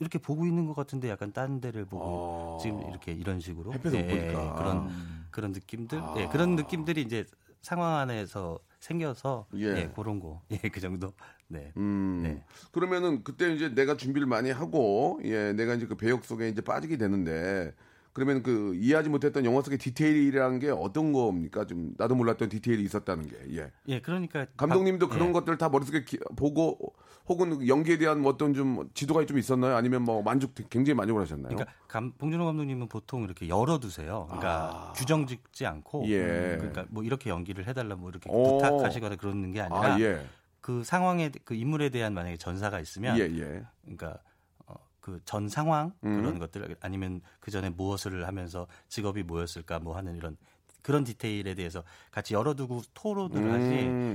이렇게 보고 있는 것 같은데 약간 딴 데를 보고 지금 이렇게 이런 아. 식으로 햇볕을 못 예, 보니까. 음. 아. 그런 그런 느낌들 예, 그런 느낌들이 이제 상황 안에서 생겨서 예. 예, 그런 거예그 정도 네 음. 그러면은 그때 이제 내가 준비를 많이 하고 예 내가 이제 그 배역 속에 이제 빠지게 되는데 그러면 그 이해하지 못했던 영화 속의 디테일이라는 게 어떤 겁니까? 좀 나도 몰랐던 디테일이 있었다는 게 예. 예, 그러니까 감독님도 각- 그런 예. 것들 다 머릿속에 기- 보고 혹은 그 연기에 대한 뭐 어떤 좀 지도가 좀 있었나요? 아니면 뭐 만족 굉장히 만족을 하셨나요? 그러니까 감, 봉준호 감독님은 보통 이렇게 열어두세요. 그러니까 규정 짓지 않고 아. 예. 음, 그러니까 뭐 이렇게 연기를 해달라 뭐 이렇게 오. 부탁하시거나 그러는 게 아니라 아, 예. 그 상황에 그 인물에 대한 만약에 전사가 있으면 예, 예. 그러니까 어, 그 전 상황 음. 그런 것들 아니면 그 전에 무엇을 하면서 직업이 뭐였을까 뭐 하는 이런 그런 디테일에 대해서 같이 열어두고 토론을 음.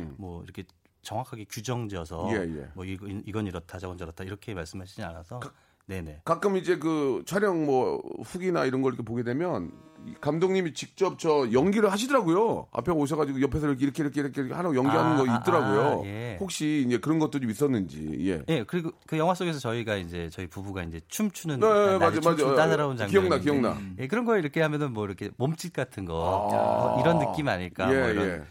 하지 뭐 이렇게 정확하게 규정지어서 예, 예. 뭐 이건, 이건 이렇다 저건 저렇다 이렇게 말씀하시지 않아서 네네 가끔 이제 그 촬영 뭐 후기나 이런 걸 이렇게 보게 되면 이 감독님이 직접 저 연기를 하시더라고요. 앞에 오셔가지고 옆에서 이렇게 이렇게 이렇게, 이렇게 하라고 연기하는 아, 거 아, 있더라고요. 아, 예. 혹시 이제 그런 것도 좀 있었는지. 예. 예 그리고 그 영화 속에서 저희가 이제 저희 부부가 이제 춤추는 네, 나를 맞아, 맞아. 춤추고 따라온 장면 기억나, 기억나. 아. 예 그런 거 이렇게 하면은 뭐 이렇게 몸짓 같은 거 어, 이런 느낌 아닐까 예, 뭐 이런 예.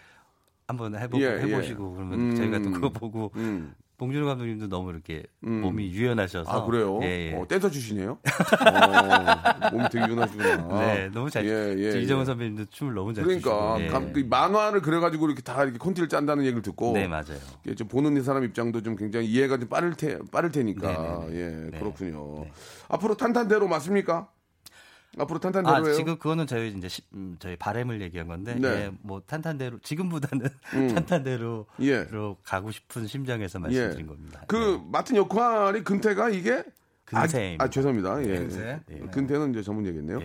한번 해보, 예, 예. 해보시고 그러면 음. 저희가 또 그거 보고 음. 봉준호 감독님도 너무 이렇게 음. 몸이 유연하셔서 아 그래요? 예, 예. 어, 댄서 출신이에요? 어, 몸이 되게 유연하시구나. 네, 너무 잘. 어, 예, 예, 이정은 예. 선배님도 춤을 너무 잘 그러니까 추시고. 예. 감- 그 만화를 그려가지고 이렇게 다 이렇게 콘티를 짠다는 얘기를 듣고 네, 맞아요. 이게 예, 좀 보는 이 사람 입장도 좀 굉장히 이해가 좀 빠를 테 빠를 테니까 네, 네, 예 네. 그렇군요. 앞으로 탄탄대로 맞습니까? 앞으로 아, 탄탄대로예요. 지금 그거는 저희 이제 시- 음, 저희 바램을 얘기한 건데 네. 예, 뭐 탄탄대로 지금보다는 음. 탄탄대로로 예. 가고 싶은 심정에서 말씀드린 겁니다. 그 맡은 역할이 근태가 이게 네. 근세입니다. 아, 아, 죄송합니다. 예. 근세? 예. 근태는 이제 전문 얘기겠네요.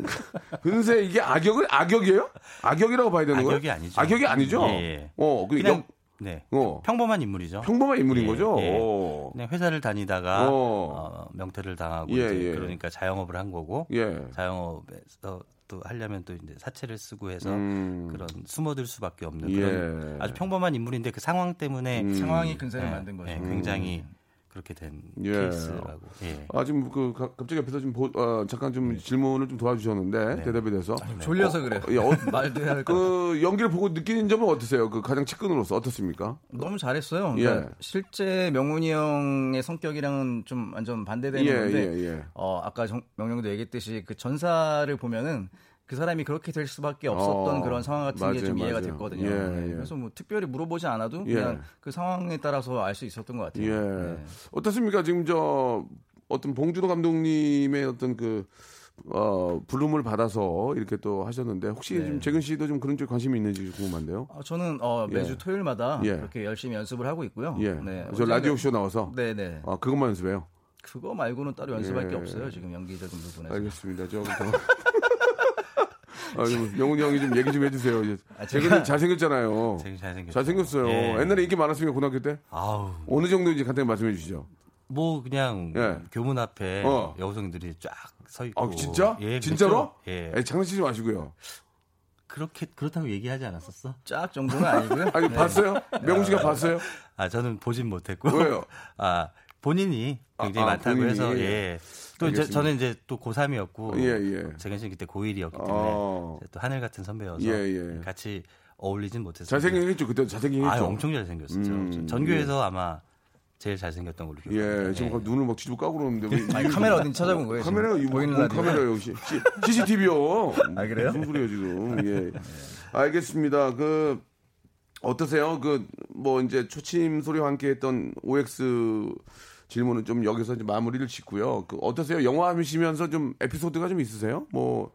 근세 이게 악역을 악역이에요? 악역이라고 봐야 되는 거예요? 악역이 아니죠. 악역이 아니죠. 예, 예. 어, 그 그냥 역- 네. 어. 평범한 인물이죠. 평범한 인물인 예, 거죠. 예. 오. 그냥 회사를 어. 다니다가 어, 명퇴를 당하고 예, 이제 예. 그러니까 자영업을 한 거고 예. 자영업에서 또 하려면 또 이제 사채를 쓰고 해서 음. 그런 숨어들 수밖에 없는 예. 음. 그런 아주 평범한 인물인데 그 상황 때문에 상황이 근사를 예, 만든 거죠. 예, 굉장히 그렇게 된 예. 케이스라고. 예. 아 지금 그 가- 갑자기 옆에서 좀 보- 어, 잠깐 네. 좀 질문을 좀 도와주셨는데 대답에 대해서 아, 졸려서 어, 그래요. 어, 예, 어, 말도 해야 할것 같아요. 그 연기를 보고 느끼는 점은 어떠세요? 그 가장 측근으로서 어떻습니까? 너무 잘했어요. 예. 그러니까 실제 명훈이 형의 성격이랑은 좀 완전 반대되는 예, 건데 예, 예. 어, 아까 정- 명령도 얘기했듯이 그 전사를 보면은 그 사람이 그렇게 될 수밖에 없었던 어, 그런 상황 같은 게 좀 맞아요, 이해가 맞아요. 됐거든요. 예, 네, 예. 그래서 뭐 특별히 물어보지 않아도 예. 그냥 그 상황에 따라서 알 수 있었던 것 같아요. 예. 네. 어떻습니까? 지금 저 어떤 봉준호 감독님의 어떤 그 어, 부름을 받아서 이렇게 또 하셨는데 혹시 지금 재근 씨도 좀 그런 쪽에 관심이 있는지 궁금한데요. 어, 저는 어, 매주 예. 토요일마다 예. 그렇게 열심히 연습을 하고 있고요. 예. 네, 저 언젠가- 라디오 쇼 나와서 네네. 아, 그것만 연습해요. 그거 말고는 따로 연습할 예. 게 없어요. 지금 연기적인 부분에서. 알겠습니다. 저 아, 좀 영훈이 형이 좀 얘기 좀 해주세요. 이제 아, 제가- 재근이 잘생겼잖아요. 재근이 잘생겼죠. 잘생겼어요. 예. 옛날에 인기 많았습니까 고등학교 때? 아우 어느 정도인지 간단히 말씀해 주시죠. 뭐 그냥 예. 교문 앞에 어. 여성들이 쫙 서 있고. 아 진짜? 예, 그렇죠. 진짜로? 예. 아니, 장난치지 마시고요. 그렇게 그렇다고 얘기하지 않았었어? 쫙 정도는 아니고요. 아니 네. 봤어요? 명훈 씨가 봤어요? 아 저는 보진 못했고 왜요? 아 본인이 굉장히 아, 아, 많다고 본인이. 해서 예. 또 이제 알겠습니다. 저는 이제 또 고3이었고 예, 예. 재근 씨는 그때 고1이었기 때문에 어. 이제 또 하늘 같은 선배여서 예, 예. 같이 어울리진 못했어요. 잘생긴 했죠. 그때 잘생긴 했죠. 아 엄청 잘생겼었죠. 음, 전교에서 아마 제일 잘생겼던 걸로 기억해요. 예, 지금 그 눈을 막 뒤집어 까고 그러는데 왜 아니, 이유를 카메라 좀- 어딘지 찾아본 거예요, 지금. 카메라가 이거 보이는 뭔 라디오. 카메라요 혹시 CCTV요. 아, 그래요? 무슨 소리예요 네. 지금? 예. 알겠습니다. 그 어떠세요? 그 뭐 이제 초침 소리와 함께했던 OX 질문은 좀 여기서 이제 마무리를 짓고요. 그 어떠세요? 영화 하시면서 좀 에피소드가 좀 있으세요? 뭐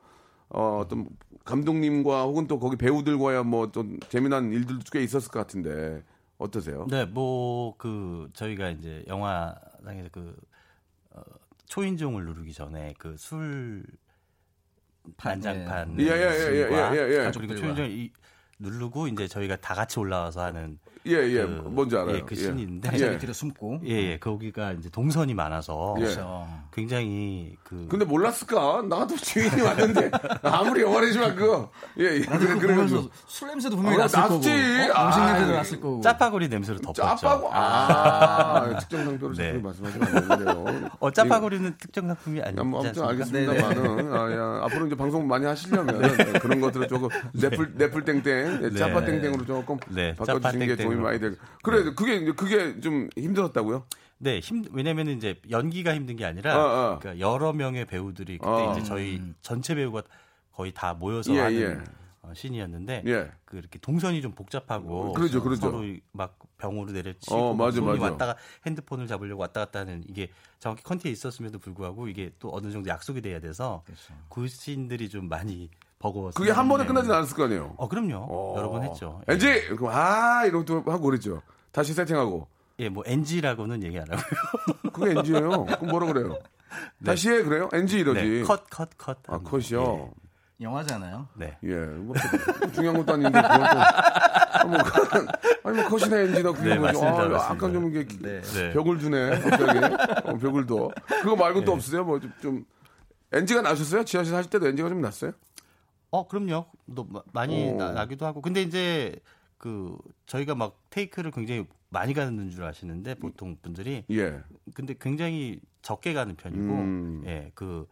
어, 어떤 감독님과 혹은 또 거기 배우들과야 뭐 어떤 재미난 일들도 꽤 있었을 것 같은데 어떠세요? 네, 뭐 그 저희가 이제 영화상에서 그 어, 초인종을 누르기 전에 그 술 반장판 예. 예, 예, 예, 술과 예, 예, 예. 그리고 가족들과. 초인종을 이- 누르고 이제 저희가 다 같이 올라와서 하는 예, 예, 뭔지 알아요. 예, 그 예. 신이 있는데 갑자기 예. 뒤로 숨고 예, 예, 거기가 이제 동선이 많아서 예. 그렇죠. 굉장히 그 근데 뭐 몰랐을까? 나도 주인이 왔는데 아무리 영화이지만 그거 예, 예. 그래 그래 아, 보면서 술 냄새도 분명히 아, 났을 거고 났지. 어? 음식 아, 냄새도 예. 났을 거고 짜파구리 냄새로 덮었죠. 아. 짜파구 아, 특정 상표를 어, 네. 자꾸 말씀하시면 안 되는데요. 어, 짜파구리는 특정 상품이 아니지 뭐 아무튼 않습니까? 네, 알겠습니다만은 아, 야, 앞으로 이제 방송 많이 하시려면 네, 그런 것들을 조금 네플 네플 땡땡 예, 네. 짜파 땡땡으로 조금 네, 바꿔주신 게 도움이 짜파땡땡으로. 많이 될. 그래 그게 이제 그게 좀 힘들었다고요? 네, 힘 왜냐면 이제 연기가 힘든 게 아니라 어, 어. 그러니까 여러 명의 배우들이 그때 어. 이제 저희 전체 배우가 거의 다 모여서 예, 하는 예. 어, 신이었는데 예. 그 이렇게 동선이 좀 복잡하고 어, 그러죠, 그러죠. 서로 이- 막 병으로 내려치고 어, 맞아, 손이 맞아. 왔다가 핸드폰을 잡으려고 왔다 갔다 하는 이게 정확히 컨티에 있었음에도 불구하고 이게 또 어느 정도 약속이 돼야 돼서 그 신들이 좀 많이 버거웠어요. 그게 한 번에 끝나진 않았을 거 아니에요? 어 그럼요. 네, 여러 번 했죠. 예. 엔지 그럼 아 이러고 또 하고 그랬죠. 다시 세팅하고 예, 뭐 NG라고는 얘기 안 하고요. 그게 엔지예요. 그럼 뭐라 그래요? 다시 해 그래요? 엔지 이러지. 네, 컷, 컷, 컷. 아 컷이요. 영화잖아요 네. 예, 뭐, 또 중요한 것도 아닌데 그건 또 아, 뭐, 아니 뭐 컷이나 엔지나 그게 네, 뭐 좀, 맞습니다, 아, 아까 맞습니다. 좀 이게 네. 벽을 두네 갑자기 어, 벽을 둬. 그거 말고 네. 또 없으세요? 뭐좀 엔지가 나셨어요? 지하실 하실 때도 엔지가 좀 났어요? 어, 그럼요. 너 마- 많이 오. 나, 나기도 하고. 근데 이제 그 저희가 막 테이크를 굉장히 많이 가는 줄 아시는데 보통 분들이 예, 근데 굉장히 적게 가는 편이고 음. 예, 그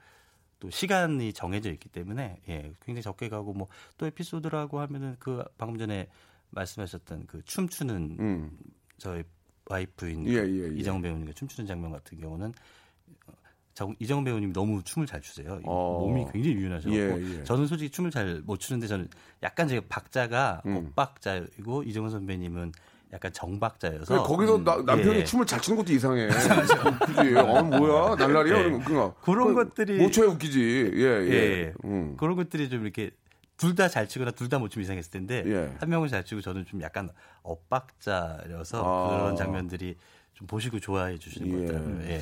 또 시간이 정해져 있기 때문에 예, 굉장히 적게 가고 뭐 또 에피소드라고 하면은 그 방금 전에 말씀하셨던 그 춤추는 음, 저희 와이프인 예, 예, 예. 이정 배우님과 춤추는 장면 같은 경우는 정, 이정 배우님이 너무 춤을 잘 추세요. 이 어. 몸이 굉장히 유연하셔서 예, 예. 저는 솔직히 춤을 잘 못 추는데 저는 약간 제 박자가 음. 엇박자이고 이정은 선배님은 약간 정박자여서 근데 거기서 나- 남편이 예, 예. 춤을 잘 추는 것도 이상해. 그지? 어 뭐야 날라리야? 예. 그런 거. 그런 것들이- 모처에 웃기지. 예, 예. 예, 예. 음. 그런 것들이 좀 이렇게 둘 다 잘 치거나 둘 다 못 추면 이상했을 텐데 예. 한 명은 잘 치고 저는 좀 약간 엇박자여서 아. 그런 장면들이 좀 보시고 좋아해 주시는 예. 것 같더라고요. 예.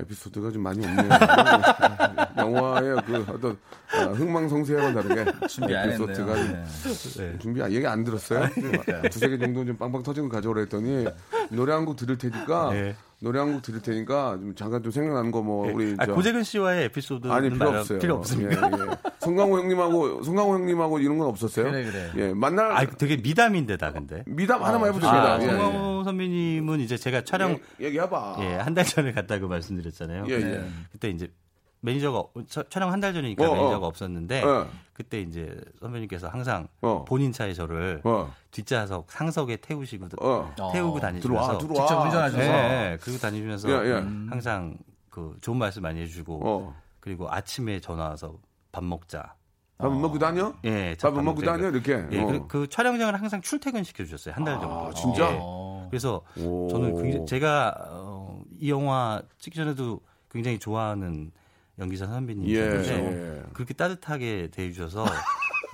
에피소드가 좀 많이 없네요. 영화의 그 어떤 아, 흥망성쇠와는 다르게 준비 안 에피소드가 좀 했네요 네. 아, 예. 준비 안- 얘기 안 들었어요. 아, 두세 개 정도 좀 빵빵 터진 거 가져오라 했더니 노래 한 곡 들을 테니까 네. 노래 한 곡 들을 테니까 좀 잠깐 좀 생각나는 거 뭐 우리 아, 저- 고재근 씨와의 에피소드는 아니 필요 말할 없어요. 필요 없습니다. 예, 예. 송강호 형님하고 송강호 형님하고 이런 건 없었어요. 그래, 그래. 예 만날 아, 되게 미담인데다 근데. 미담 하나만 해보겠습니다. 아, 예, 송강호 선배님은 이제 제가 촬영 예. 얘기해봐. 예, 한 달 전에 갔다고 말씀드렸잖아요. 네. 예, 예. 그때 이제 매니저가 어, 차- 촬영 한 달 전이니까 어, 어. 매니저가 없었는데 예. 그때 이제 선배님께서 항상 어. 본인 차에 저를 어. 뒷좌석 상석에 태우시고 어. 태우고 들어와 다니시면서 들어와. 직접 운전하셔서 예, 예. 그리고 다니시면서 예, 예. 음, 항상 그 좋은 말씀 많이 해주고 어. 그리고 아침에 전화 와서 밥 먹자. 밥은 먹고 다녀? 예, 저 밥은 먹고 밥 먹자. 다녀 이렇게. 예, 어. 그, 그 촬영장을 항상 출퇴근 시켜주셨어요 한 달 정도. 아, 진짜? 예. 그래서 오. 저는 굉장히 제가 어, 이 영화 찍기 전에도 굉장히 좋아하는 연기자 선배님이셨는데 예. 그렇게 따뜻하게 대해주셔서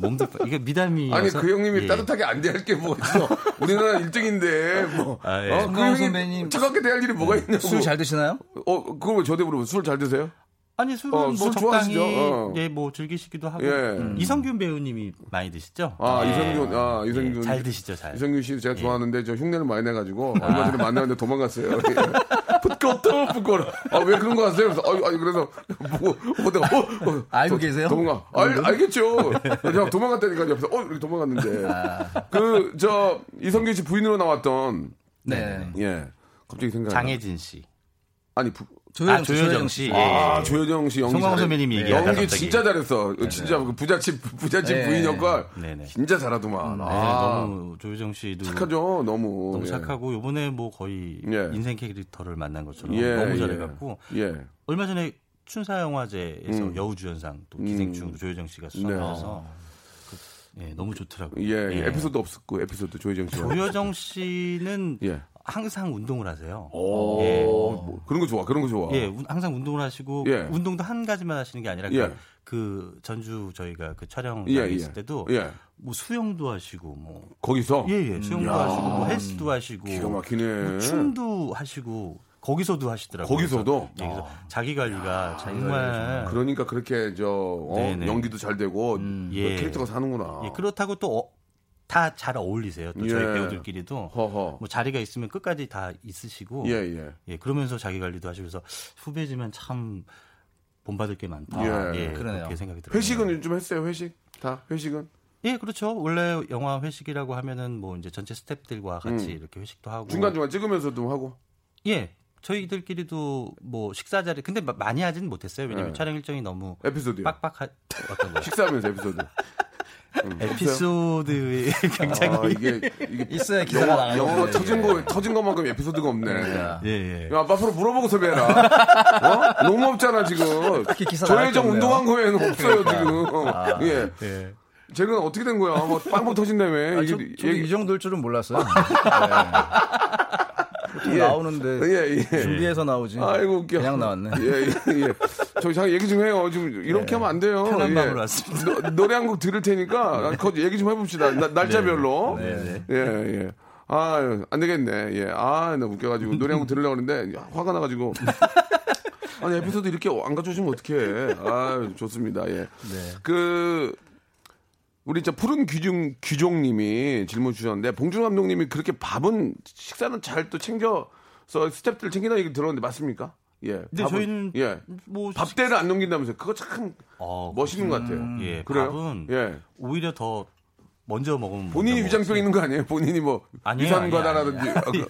몸도 빠- 이게 예. 미담이 아니 그 형님이 따뜻하게 안 대할 게 뭐가 있어? 우리나라 1등인데 뭐. 아, 예. 그 송강호 형이 선배님 차갑게 대할 일이 뭐가 있냐고. 술 잘 드시나요? 어, 그걸 왜 저한테 물어보세요? 술 잘 드세요? 아니 술은 어, 뭐 술 적당히 좋아하시죠? 어. 예, 뭐 즐기시기도 하고 예. 음. 이성균 배우님이 많이 드시죠? 아, 예. 이성균, 아, 이성균. 예, 잘 드시죠 아. 잘. 이성균 씨 예. 제가 좋아하는데 저 흉내를 많이 내가지고 아. 얼마 전에 만나는데 도망갔어요. 붓고 또 붓고. 아, 왜 그런 거 하세요? 그래서, 아, 아니, 그래서, 뭐, 뭐, 내가, 어, 어, 알고 도- 계세요? 음. 도망가. 알, 알겠죠. 그냥 도망갔다니까 옆에서, 어, 이렇게 도망갔는데. 아. 그, 저, 이성균 씨 부인으로 나왔던, 네. 예. 갑자기 생각 장혜진 씨. 아니, 부, 조여정 씨, 아, 조여정 씨. 예, 아, 예. 조여정 씨 연기. 송강호 잘해. 선배님이 얘기하다 연기 갑자기. 진짜 잘했어. 진짜 그 부잣집 부잣집 네. 부인 역할 네네. 진짜 잘하더만. 네, 아, 너무 조유정 씨도 착하죠. 너무. 너무 예. 착하고 요번에 뭐 거의 예. 인생 캐릭터를 만난 것처럼 예, 너무 예. 잘해갖고 예. 얼마 전에 춘사 영화제에서 음. 여우주연상 또 음. 네. 기생충 조유정 씨가 수상해서 예, 너무 좋더라고요. 예, 예. 에피소드 없었고 에피소드 조여정 씨. 조여정 씨는 예. 어. 항상 운동을 하세요. 오, 예. 뭐 그런 거 좋아. 그런 거 좋아. 예, 운- 항상 운동을 하시고 예. 운동도 한 가지만 하시는 게 아니라 예. 그 전주 저희가 그 촬영장에 예, 예. 있을 때도 예. 뭐 수영도 하시고 뭐 거기서 예, 예. 수영도 야. 하시고 뭐 헬스도 하시고 기가 막히네. 뭐 춤도 하시고 거기서도 하시더라고요. 예. 거기서도? 아. 그래서, 예, 그래서 자기 관리가 정말 예, 그러니까 그렇게 저 어, 네네. 연기도 잘 되고 그 예. 캐릭터가 사는구나. 예, 그렇다고 또 다 잘 어울리세요. 또 예. 저희 배우들끼리도 허허. 뭐 자리가 있으면 끝까지 다 있으시고 예, 예. 그러면서 자기 관리도 하시면서 후배지만 참 본받을 게 많다. 예. 예, 그러네요. 그렇게 생각이 들어요. 회식은 좀 했어요. 회식 다 회식은 예, 그렇죠. 원래 영화 회식이라고 하면은 뭐 이제 전체 스태프들과 같이 음. 이렇게 회식도 하고 중간 중간 찍으면서도 하고. 예. 저희들끼리도 뭐 식사 자리 근데 마- 많이 하진 못했어요. 왜냐면 예. 촬영 일정이 너무 에피소드요. 빡빡하 어떤 거요? 식사하면서 에피소드. 음, 없어요? 에피소드 굉장히 아, 이게 이게 있어야 기사가 영어, 나가는 영어 거예요. 네. 터진 거 터진 것만큼 에피소드가 없네. 예, 예. 아. 야, 앞으로 물어보고 섭외해라. 어? 너무 없잖아 지금. 딱히 기사 나갈 게 조혜정 없네요. 그러니까. 운동한 거에는 없어요 지금. 아. 예. 예. 쟤는 어떻게 된 거야? 뭐 빵빵 터진다며. 아, 이게- 저, 저도 얘기- 이 정도일 줄은 몰랐어요. 네. 보통 예. 나오는데 예, 예. 준비해서 나오지. 아이고 웃겨. 그냥 나왔네. 예, 예, 예. 저 잠깐 얘기 좀 해요. 지금 이렇게 하면 안 돼요. 편한 예. 마음으로 왔습니다. 노- 노래 한 곡 들을 테니까 거 얘기 좀 해봅시다. 나- 날짜별로. 네, 네. 예, 예. 아, 안 되겠네. 예. 아, 나 웃겨가지고 노래 한 곡 들으려고 했는데 야, 화가 나가지고. 아니 에피소드 이렇게 안 가져오시면 어떡해. 아, 좋습니다. 예. 네. 그 우리 저 푸른 귀중 귀종님이 질문 주셨는데 봉준 감독님이 그렇게 밥은 식사는 잘 또 챙겨서 스탭들 챙긴다 얘기 들었는데 맞습니까? 예. 근데 저희는 예. 뭐 밥대를 안 넘긴다면서 그거 참 어, 멋있는 것 같아요. 예, 그래요? 밥은 예. 오히려 더 먼저 먹으면 본인이 먼저 위장병 있는 거 아니에요? 본인이 뭐 아니에요, 위산과다라든지 아, 그-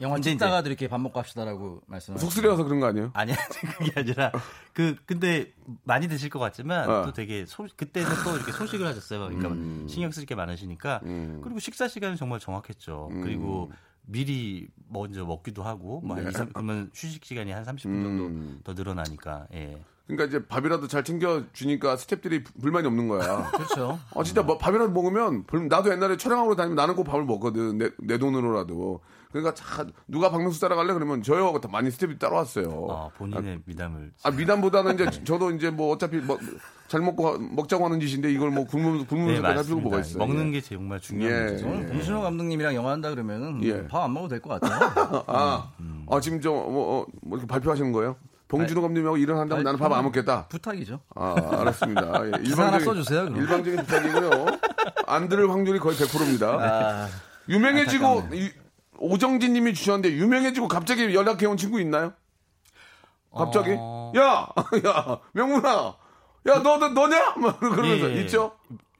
영화 이제, 찍다가도 이렇게 밥 먹고 합시다라고 말씀을. 속쓰려서 그런 거 아니에요? 아니야 그게 아니라 그 근데 많이 드실 것 같지만 어. 음. 또 되게 소, 그때는 또 이렇게 소식을 하셨어요. 그러니까 신경 쓸 게 많으시니까 그리고 식사 시간은 정말 정확했죠. 음. 그리고 미리 먼저 먹기도 하고 뭐한 2, 3, 그러면 휴식 시간이 한 30분 정도 네. 음. 더 늘어나니까 예. 그러니까 이제 밥이라도 잘 챙겨 주니까 스탭들이 불만이 없는 거야. 그렇죠. 아 진짜 뭐 밥이라도 먹으면 불- 나도 옛날에 촬영하러 다니면 나는 꼭 밥을 먹거든 내, 내 돈으로라도 그러니까 자, 누가 박명수 따라갈래 그러면 저요 하고 다 많이 스텝이 따라왔어요 아, 본인의 미담을 아 미담보다는 이제 저도 이제 뭐 어차피 뭐, 잘 먹고 하- 먹자고 하는 짓인데 이걸 뭐 굶으면서 네, 굶으면서 할 필요가 뭐가 맞습니다. 있어요 먹는 예. 게 정말 중요한 예. 문제죠. 저는 봉신호 감독님이랑 영화 한다 그러면은 예. 밥 안 먹어도 될 것 같아요. 아, 음, 아 지금 저뭐 어, 뭐 이렇게 발표하시는 거예요 봉준호 네. 감독님하고 일을 한다면 아니, 나는 밥 안 먹겠다 부탁이죠. 아 알았습니다 예, 그 기사 하나 써주세요, 그럼. 일방적인 부탁이고요 안 들을 확률이 거의 100%입니다 아, 유명해지고 유- 오정진 님이 주셨는데 유명해지고 갑자기 연락해 온 친구 있나요? 갑자기 어. 야, 야, 명문아. 야, 너, 너 너냐? 막 그러면서 예, 예. 있죠?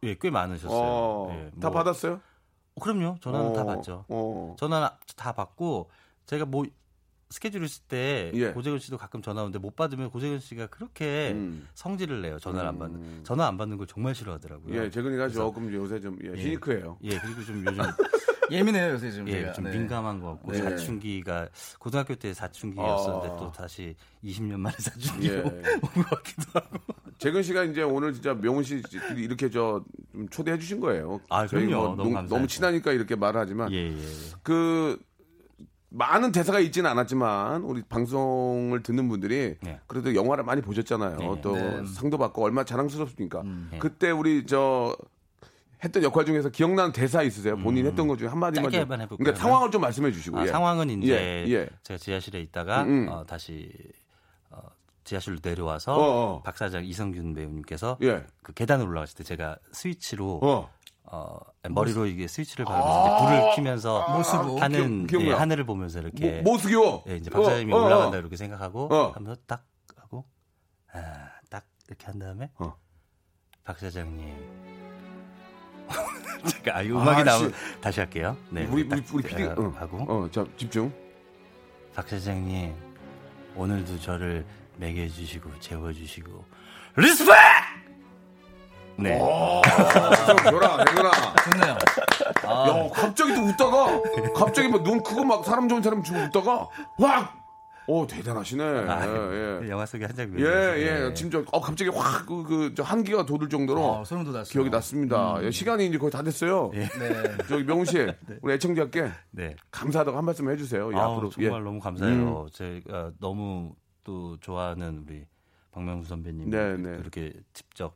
예, 꽤 많으셨어요. 어. 예, 다 뭐- 받았어요? 그럼요. 전화는 어, 다 받죠. 어. 전화는 다 받고 제가 뭐 스케줄 있을 때 예. 고재근 씨도 가끔 전화 오는데 못 받으면 고재근 씨가 그렇게 음. 성질을 내요. 전화를 안 받는. 전화 안 받는 걸 정말 싫어하더라고요. 예, 재근이가 조금 요새 좀 예, 시니크해요. 예, 그리고 좀 요즘 예민해요 요새 지금. 예, 제가. 좀 네. 민감한 것 같고 사춘기가 고등학교 때 사춘기였었는데 아. 또 다시 20년 만에 예. 사춘기로 온 것 같기도 하고. 재근 씨가 이제 오늘 진짜 명훈 씨 이렇게 저좀 초대해 주신 거예요. 아, 저희 그럼요. 뭐 너무 농- 감사하죠. 너무 친하니까 이렇게 말하지만 예, 예. 그 많은 대사가 있지는 않았지만 우리 방송을 듣는 분들이 네. 그래도 영화를 많이 보셨잖아요. 네. 또 네. 상도 받고 얼마나 자랑스럽습니까? 네. 그때 우리 저 했던 역할 중에서 기억나는 대사 있으세요? 본인 했던 것 중에 한 마디만 음. 짧게 좀. 한번 해볼까요? 그러니까 상황을 좀 말씀해 주시고. 아, 예. 상황은 이제 예, 예. 제가 지하실에 있다가 음, 음. 어, 다시 어, 지하실로 내려와서 어, 어. 박 사장 이성균 배우님께서 예. 그 계단을 올라가실 때 제가 스위치로 어. 어, 머리로 아. 이게 스위치를 밟으면서 이제 불을 켜면서 모습으로. 하는 기억- 기억나. 예, 하늘을 보면서 이렇게 모, 모스기워. 예, 이제 박 사장님이 뭐 어, 어, 올라간다 어. 이렇게 생각하고 어. 하면서 딱 하고 아, 딱 이렇게 한 다음에 어. 박 사장님 제가 아, 이 음악이 아, 나오면 씨. 다시 할게요. 네, 우리 어. 우리 딱 우리 PD 하고 어, 어, 자 집중. 박 사장님 오늘도 저를 매개해주시고 재워주시고 리스펙! 네. 어, 돌아, 내거라. 좋네요. 야, 갑자기 또 웃다가, 갑자기 막 눈 크고 막 사람 좋은 사람 주고 웃다가, 확! 오, 대단하시네. 아, 예, 예. 영화 속의 한 장면. 예, 예. 지금 저, 어, 갑자기 확, 그, 그, 저 한기가 돋을 정도로 아, 소름 돋았어요. 기억이 났습니다. 예, 시간이 이제 거의 다 됐어요. 네. 저기 명훈 씨, 우리 애청자께 네. 감사하다고 한 말씀 해주세요. 예, 아우, 앞으로. 정말 예. 너무 감사해요. 제가 너무 또 좋아하는 우리 박명수 선배님 네, 네. 그렇게 직접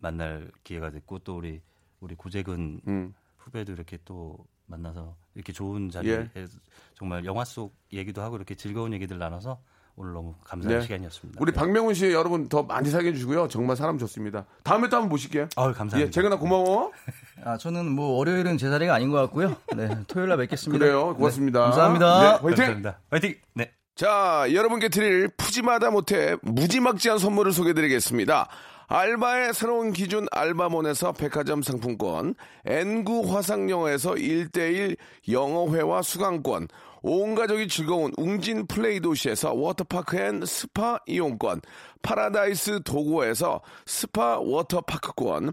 만날 기회가 됐고 또 우리 우리 고재근 음. 후배도 이렇게 또 만나서 이렇게 좋은 자리에 예. 정말 영화 속 얘기도 하고 이렇게 즐거운 얘기들 나눠서 오늘 너무 감사한 네. 시간이었습니다. 우리 박명훈 씨 여러분 더 많이 사귀어 주시고요. 정말 사람 좋습니다. 다음에 또 한번 모실게요. 아유, 감사합니다. 예, 재근아 고마워. 아, 저는 뭐 월요일은 제 자리가 아닌 것 같고요. 네, 토요일 날 뵙겠습니다. 그래요. 고맙습니다. 네, 감사합니다. 네, 화이팅! 감사합니다. 화이팅! 네. 자, 여러분께 드릴 푸짐하다 못해 무지막지한 선물을 소개드리겠습니다. 알바의 새로운 기준 알바몬에서 백화점 상품권, N구 화상영어에서 1대1 영어회화 수강권, 온 가족이 즐거운 웅진 플레이 도시에서 워터파크 앤 스파 이용권, 파라다이스 도고에서 스파 워터파크권,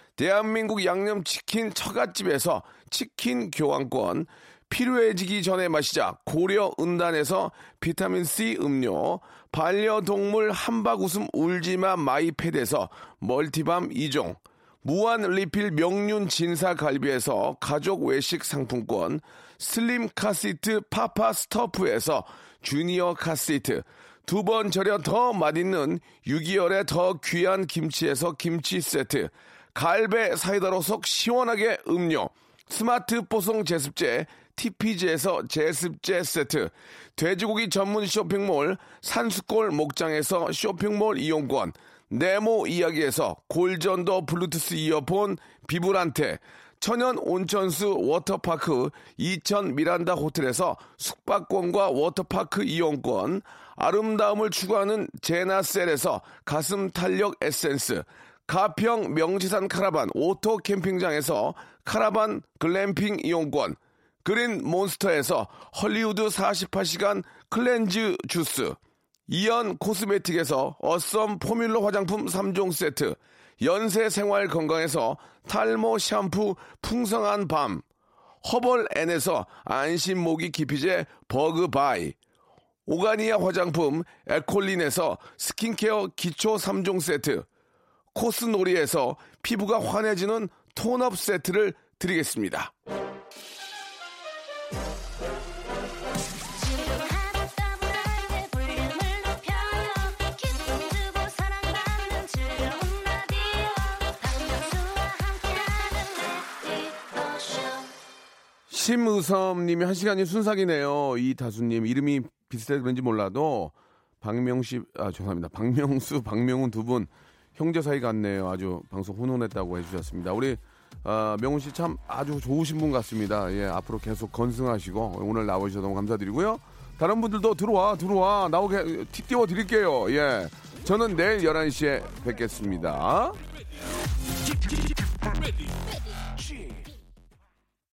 대한민국 양념치킨 처갓집에서 치킨 교환권 필요해지기 전에 마시자 고려 은단에서 비타민 C 음료 반려동물 한박웃음 울지마 마이패드에서 멀티밤 2종 무한 리필 명륜 진사 갈비에서 가족 외식 상품권, 슬림 카시트 파파 스토프에서 주니어 카시트, 두 번 절여 더 맛있는 6개월의 더 귀한 김치에서 김치 세트, 갈배 사이다로 속 시원하게 음료, 스마트 뽀송 제습제 TPG에서 제습제 세트 돼지고기 전문 쇼핑몰 산수골 목장에서 쇼핑몰 이용권 네모 이야기에서 골전도 블루투스 이어폰 비브란테 천연 온천수 워터파크 이천 미란다 호텔에서 숙박권과 워터파크 이용권 아름다움을 추구하는 제나셀에서 가슴 탄력 에센스 가평 명지산 카라반 오토 캠핑장에서 카라반 글램핑 이용권, 그린 몬스터에서 헐리우드 48시간 클렌즈 주스, 이연 코스메틱에서 어썸 포뮬러 화장품 3종 세트, 연세 생활 건강에서 탈모 샴푸 풍성한 밤, 허벌 N에서 안심 모기 기피제 버그 바이, 오가니아 화장품 에콜린에서 스킨케어 기초 3종 세트, 코스놀이에서 피부가 환해지는 톤업 세트를 드리겠습니다. 지루하다 따분할 때 볼륨을 높여요 기쁨 주고 사랑받는 즐거운 라디오 박명수와 함께하는 레디오쇼 심의섭님이 한 시간이 순삭이네요. 이 다수님 이름이 비슷해서 그런지 몰라도 박명시 아 죄송합니다. 박명수, 박명훈 두 분 형제 사이 같네요. 아주 방송 훈훈했다고 해주셨습니다. 우리 아, 명훈 씨 참 아주 좋으신 분 같습니다. 예, 앞으로 계속 건승하시고 오늘 나와주셔서 너무 감사드리고요. 다른 분들도 들어와 들어와 나오게 티 띄워 드릴게요. 예, 저는 내일 11시에 뵙겠습니다.